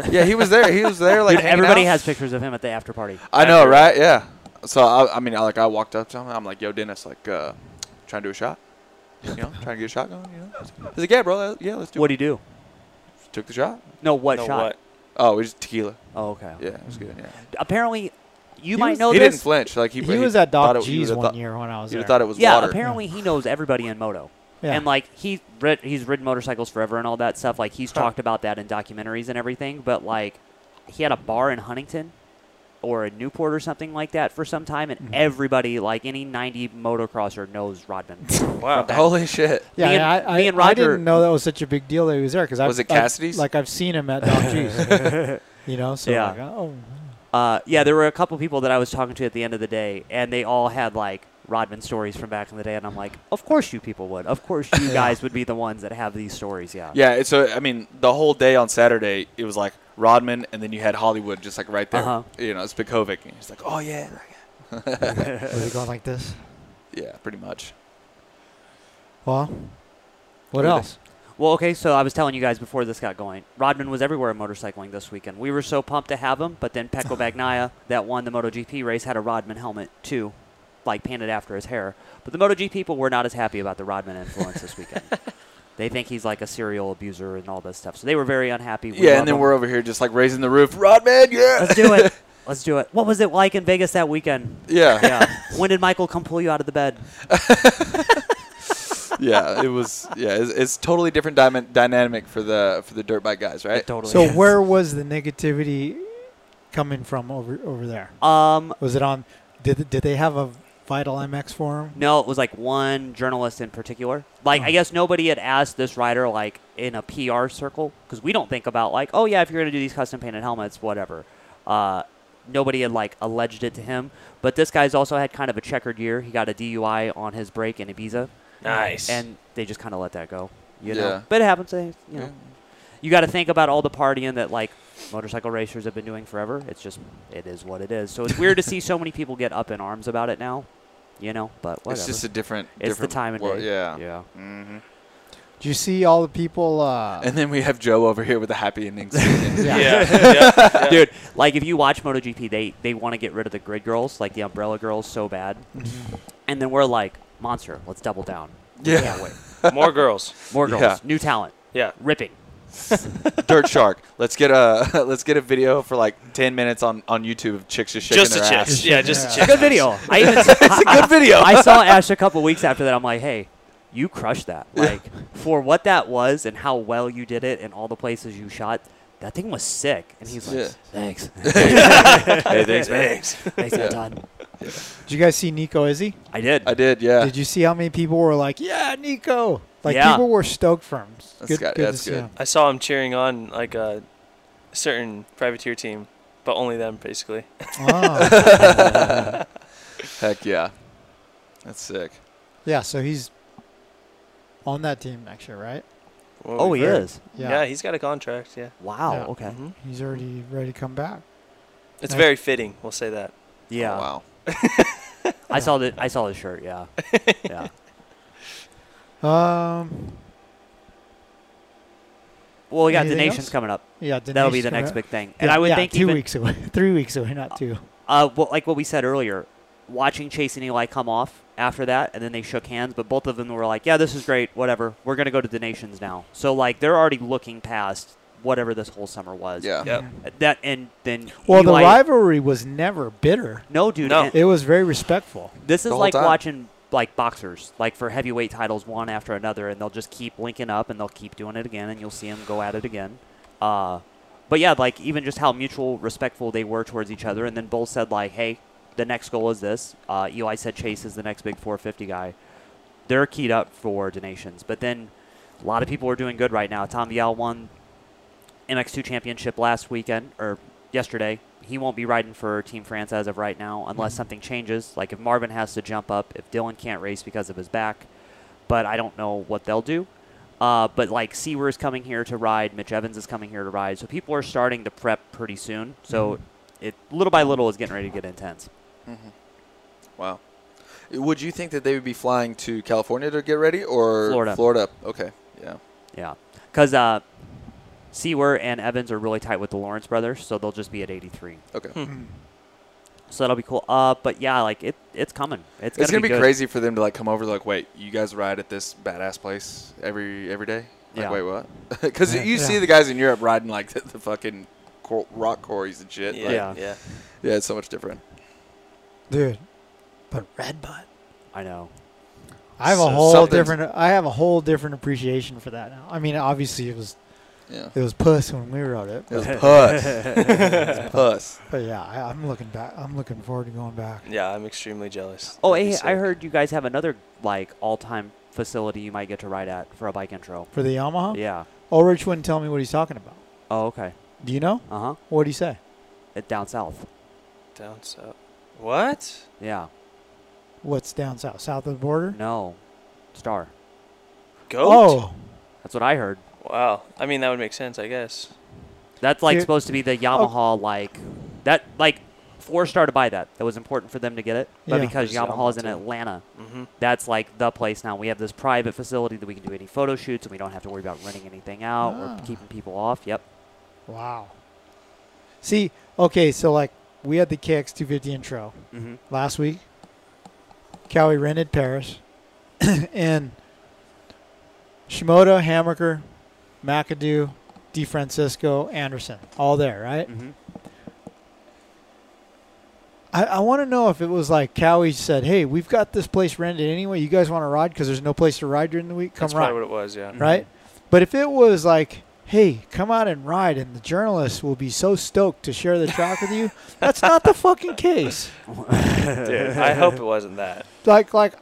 yeah, he was there. He was there. Like dude, hanging everybody out. has pictures of him at the after party. I know, right? Yeah. So I, I mean, I, like I walked up to him. I'm like, "Yo, Dennis, like, uh, trying to do a shot." You know, trying to get a shot going. You know, he's like, "Yeah, bro. Yeah, let's do What do you do? it." Took the shot. No, what No, shot? what? Oh, it was tequila. Oh, okay. Yeah, it was good. Yeah. Apparently, He you might was- know he this. didn't flinch. Like he, he was at thought it- Doc he G's would've one thought- year when I was You'd there. have thought it was yeah, water. apparently he knows everybody in moto. Yeah. And like he rid, he's ridden motorcycles forever and all that stuff. Like he's talked about that in documentaries and everything. But like he had a bar in Huntington or in Newport or something like that for some time, and everybody, like any 90 motocrosser, knows Rodman. Wow. Holy shit. Yeah, Me and- I, I, me and I Roger- didn't know that was such a big deal that he was there because Was it Cassidy's? like I've seen him at Doc G's, you know. So Yeah. like, oh, Uh, yeah, there were a couple people that I was talking to at the end of the day, and they all had like Rodman stories from back in the day, and I'm like, of course you people would. Of course you guys would be the ones that have these stories. Yeah. Yeah, it's a, I mean, the whole day on Saturday, it was like Rodman, and then you had Hollywood just like right there. Uh-huh. You know, it's Spikovic. And he's like, oh, yeah. was he going like this? Yeah, pretty much. Well, what Look at else? Well, okay, so I was telling you guys before this got going, Rodman was everywhere in motorcycling this weekend. We were so pumped to have him, but then Pecco Bagnaia, that won the MotoGP race, had a Rodman helmet too, like painted after his hair. But the MotoGP people were not as happy about the Rodman influence this weekend. They think he's like a serial abuser and all this stuff. So they were very unhappy. We yeah, love and then him. we're over here just like raising the roof. Rodman, yeah. Let's do it. Let's do it. What was it like in Vegas that weekend? yeah. Yeah. when did Michael come pull you out of the bed? yeah, it was. Yeah, it's, it's totally different dyma- dynamic for the for the dirt bike guys, right? Totally. So where was the negativity coming from over over there? Um, Was it on? Did did they have a Vital MX for him? no, it was like one journalist in particular. Like, I guess nobody had asked this writer like in a PR circle because we don't think about like, oh yeah, if you're gonna do these custom painted helmets, whatever. Uh, nobody had like alleged it to him. But this guy's also had kind of a checkered year. He got a DUI on his break in Ibiza. Nice. and they just kind of let that go. You know, Yeah. but it happens. eh, You know, you got to think about all the partying that like motorcycle racers have been doing forever. It's just it is what it is. So it's weird to see so many people get up in arms about it now. You know, but whatever. It's just a different. It's the different time of wor- day. Yeah. yeah. hmm Do you see all the people? Uh, And then we have Joe over here with the happy endings. yeah. yeah. yeah, yeah. Dude, like if you watch MotoGP, they they want to get rid of the grid girls, like the umbrella girls, so bad. Mm-hmm. and then we're like, monster, let's double down. We Yeah. can't wait. More girls. More girls, Yeah. new talent, Yeah. ripping. Dirt Shark. Let's get a let's get a video for like ten minutes on, on YouTube of chicks just shaking Just a their ass. chicks. Yeah, just a A chick. good video. I even it's a Good video. I saw Ash a couple weeks after that. I'm like, hey, you crushed that. Like for what that was and how well you did it and all the places you shot, that thing was sick. And he's like, Yeah. thanks, hey, thanks, thanks, Anton. did you guys see Nico Izzy? I did. I did. Yeah. Did you see how many people were like, "Yeah, Nico"? Like Yeah. people were stoked for him. It's That's Good, got- good that's to see good. him. I saw him cheering on like a certain privateer team, but only them basically. Wow. Heck yeah. That's sick. yeah, so he's on that team next year, right? What oh, we he heard. is. Yeah. he's got a contract. Yeah. Wow. Yeah. Mm-hmm. Okay. Mhm. He's already ready to come back. It's Nice. very fitting. We'll say that. Yeah. Oh, wow. I saw the I saw the shirt. Yeah. yeah. Um, Well, we got Anything donations else? coming up. yeah, That'll be the Denise next coming big thing. up. And Yeah, I would yeah, think two even weeks away, three weeks away, not two. Uh, well, like what we said earlier, watching Chase and Eli come off after that, and then they shook hands, but both of them were like, "Yeah, this is great. Whatever. We're gonna go to the nations now." So like they're already looking past whatever this whole summer was. Yeah. Yep. That and then Well, Eli, the rivalry was never bitter. No, dude. No. and It was very respectful. This is whole like time. watching like boxers, like for heavyweight titles one after another, and they'll just keep linking up and they'll keep doing it again, and you'll see them go at it again. Uh, but yeah, like even just how mutual respectful they were towards each other, and then both said like, "Hey, the next goal is this." Uh, Eli said Chase is the next big 450 guy. They're keyed up for donations, but then a lot of people are doing good right now. Tom Vial won MX2 championship last weekend or yesterday. He won't be riding for Team France as of right now Mm-hmm. unless something changes. Like if Marvin has to jump up, if Dylan can't race because of his back, but I don't know what they'll do. Uh, but like Seaver is coming here to ride, Mitch Evans is coming here to ride, so people are starting to prep pretty soon. So Mm-hmm. it little by little is getting ready to get intense. Wow. Would you think that they would be flying to California to get ready or Florida. Florida. Okay. Yeah. Yeah, because uh, Seaver and Evans are really tight with the Lawrence brothers, so they'll just be at 83. Okay. So that'll be cool. Uh, but yeah, like it, it's coming. It's gonna, It's gonna be, good. crazy for them to like come over. Like, wait, you guys ride at this badass place every every day? Like, Yeah. wait, what? Because you Yeah. see the guys in Europe riding like the, the fucking cor- rock quarries and shit. Yeah. Like, Yeah. Yeah. yeah, it's so much different. Dude, but Red Butt. I know. I have a So whole something's- different. I have a whole different appreciation for that now. I mean, obviously it was Yeah. It was puss when we rode it. It was puss. It's puss. But yeah, I, I'm looking back. I'm looking forward to going back. Yeah, I'm extremely jealous. Oh, That'd be hey, I sick. heard you guys have another like all-time facility you might get to ride at for a bike intro. For the Yamaha? Yeah. Ulrich wouldn't tell me what he's talking about. Oh, okay. Do you know? Uh huh. What'd he say? It down south. down south. What? Yeah. What's down south? South of the border? No. Star. Goat. Oh, That's what I heard. Wow. I mean, that would make sense, I guess. That's like Here- Oh. supposed to be the Yamaha like that like four star to buy that. That was important for them to get it. But Yeah. because Because Yamaha is in Yamaha too. Atlanta, Mhm. that's like the place now. We have this private facility that we can do any photo shoots and we don't have to worry about renting anything out Ah. or keeping people off. Yep. wow. See, okay, so like we had the KX 250 intro Mhm. last week. Cowie rented Paris, and Shimoda, Hammaker, McAdoo, Di Francisco, Anderson, all there, right? Mhm. I, I want to know if it was like Cowie said, "Hey, we've got this place rented anyway. You guys want to ride because there's no place to ride during the week. Come That's ride." probably what it was. Yeah. right? But if it was like, hey, come out and ride, and the journalists will be so stoked to share the track with you, that's not the fucking case. Dude, I hope it wasn't that. Like, like,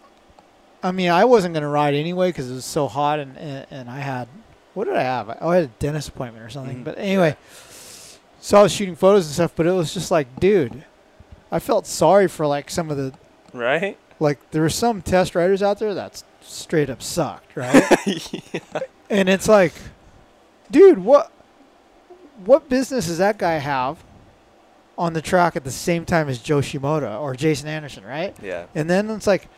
I mean, I wasn't gonna ride anyway because it was so hot, and, and and I had, what did I have? Oh, I had a dentist appointment or something. Mm-hmm. Mhm. But anyway, so I was shooting photos and stuff, but it was just like, dude, I felt sorry for like some of the Right? like there were some test riders out there that straight up sucked, right? And it's like, dude, what what business does that guy have on the track at the same time as Joe Shimoda or Jason Anderson, right? Yeah. And then it's like,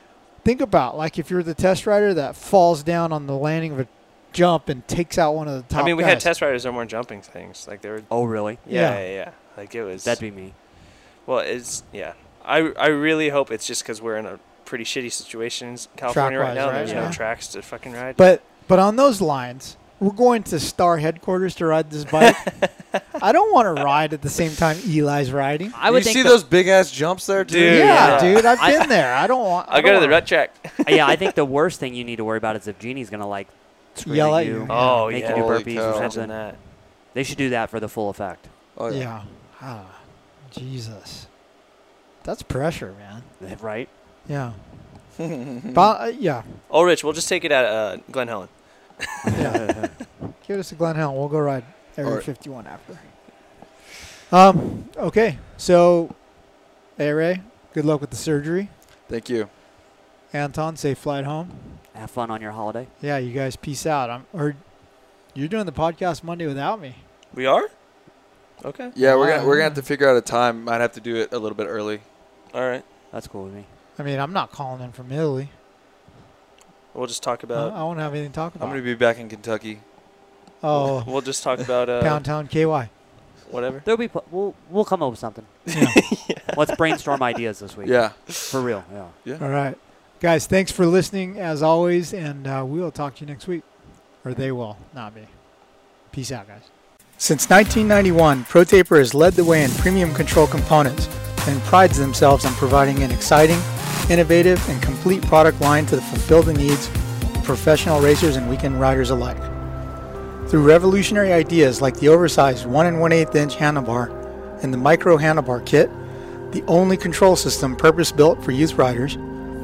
think about like if you're the test rider that falls down on the landing of a jump and takes out one of the top. I mean, we had guys. test riders that weren't jumping things. Like they were. Oh really? Yeah, Yeah. yeah, yeah. Like it was. That'd be me. Well, it's yeah. I I really hope it's just because we're in a pretty shitty situation in California right Track-wise, now. right? There's Yeah. no tracks to fucking ride. But but on those lines, we're going to Star headquarters to ride this bike. I don't want to ride at the same time Eli's riding. I you would think see the- those big ass jumps there, dude? Dude, yeah, yeah. dude, I've I- been there. I don't want. I I'll go to don't the wanna- rut track. yeah, I think the worst thing you need to worry about is if Jeannie's gonna like scream Yell at you. you. Oh Make yeah. you do Holy burpees cow. or Imagine something. that. They should do that for the full effect. Oh, yeah. Yeah. Ah, Jesus, that's pressure, man. Right? Yeah. but, uh, yeah. Oh, Rich, we'll just take it at uh, Glen Helen. Yeah. Give us a Glen Helen. We'll go ride Area Alright. 51 after. Um. Okay. So, hey Ray, good luck with the surgery. Thank you. Anton, safe flight home. Have fun on your holiday. Yeah, you guys, peace out. I'm or you're doing the podcast Monday without me. We are. Okay. Yeah, we're gonna we're Yeah. gonna have to Um, figure out a time. Might have to do it a little bit early. All right. That's cool with me. I mean, I'm not calling in from Italy. We'll just talk I- about. I won't have anything to talk I'm gonna about. be back in Kentucky. Oh, We'll just talk about uh, Poundtown KY. whatever. There'll be pl- we'll we'll come up with something. Let's brainstorm ideas this week. Yeah. For real. Yeah. All right, guys, thanks for listening as always, and uh, we will talk to you next week, or they will, not me. Peace out, guys. Since 1991, ProTaper has led the way in premium control components and prides themselves on providing an exciting, innovative, and complete product line to fulfill the needs of professional racers and weekend riders alike. Through revolutionary ideas like the oversized 1 and 1 8 inch handlebar and the micro handlebar kit, the only control system purpose built for youth riders,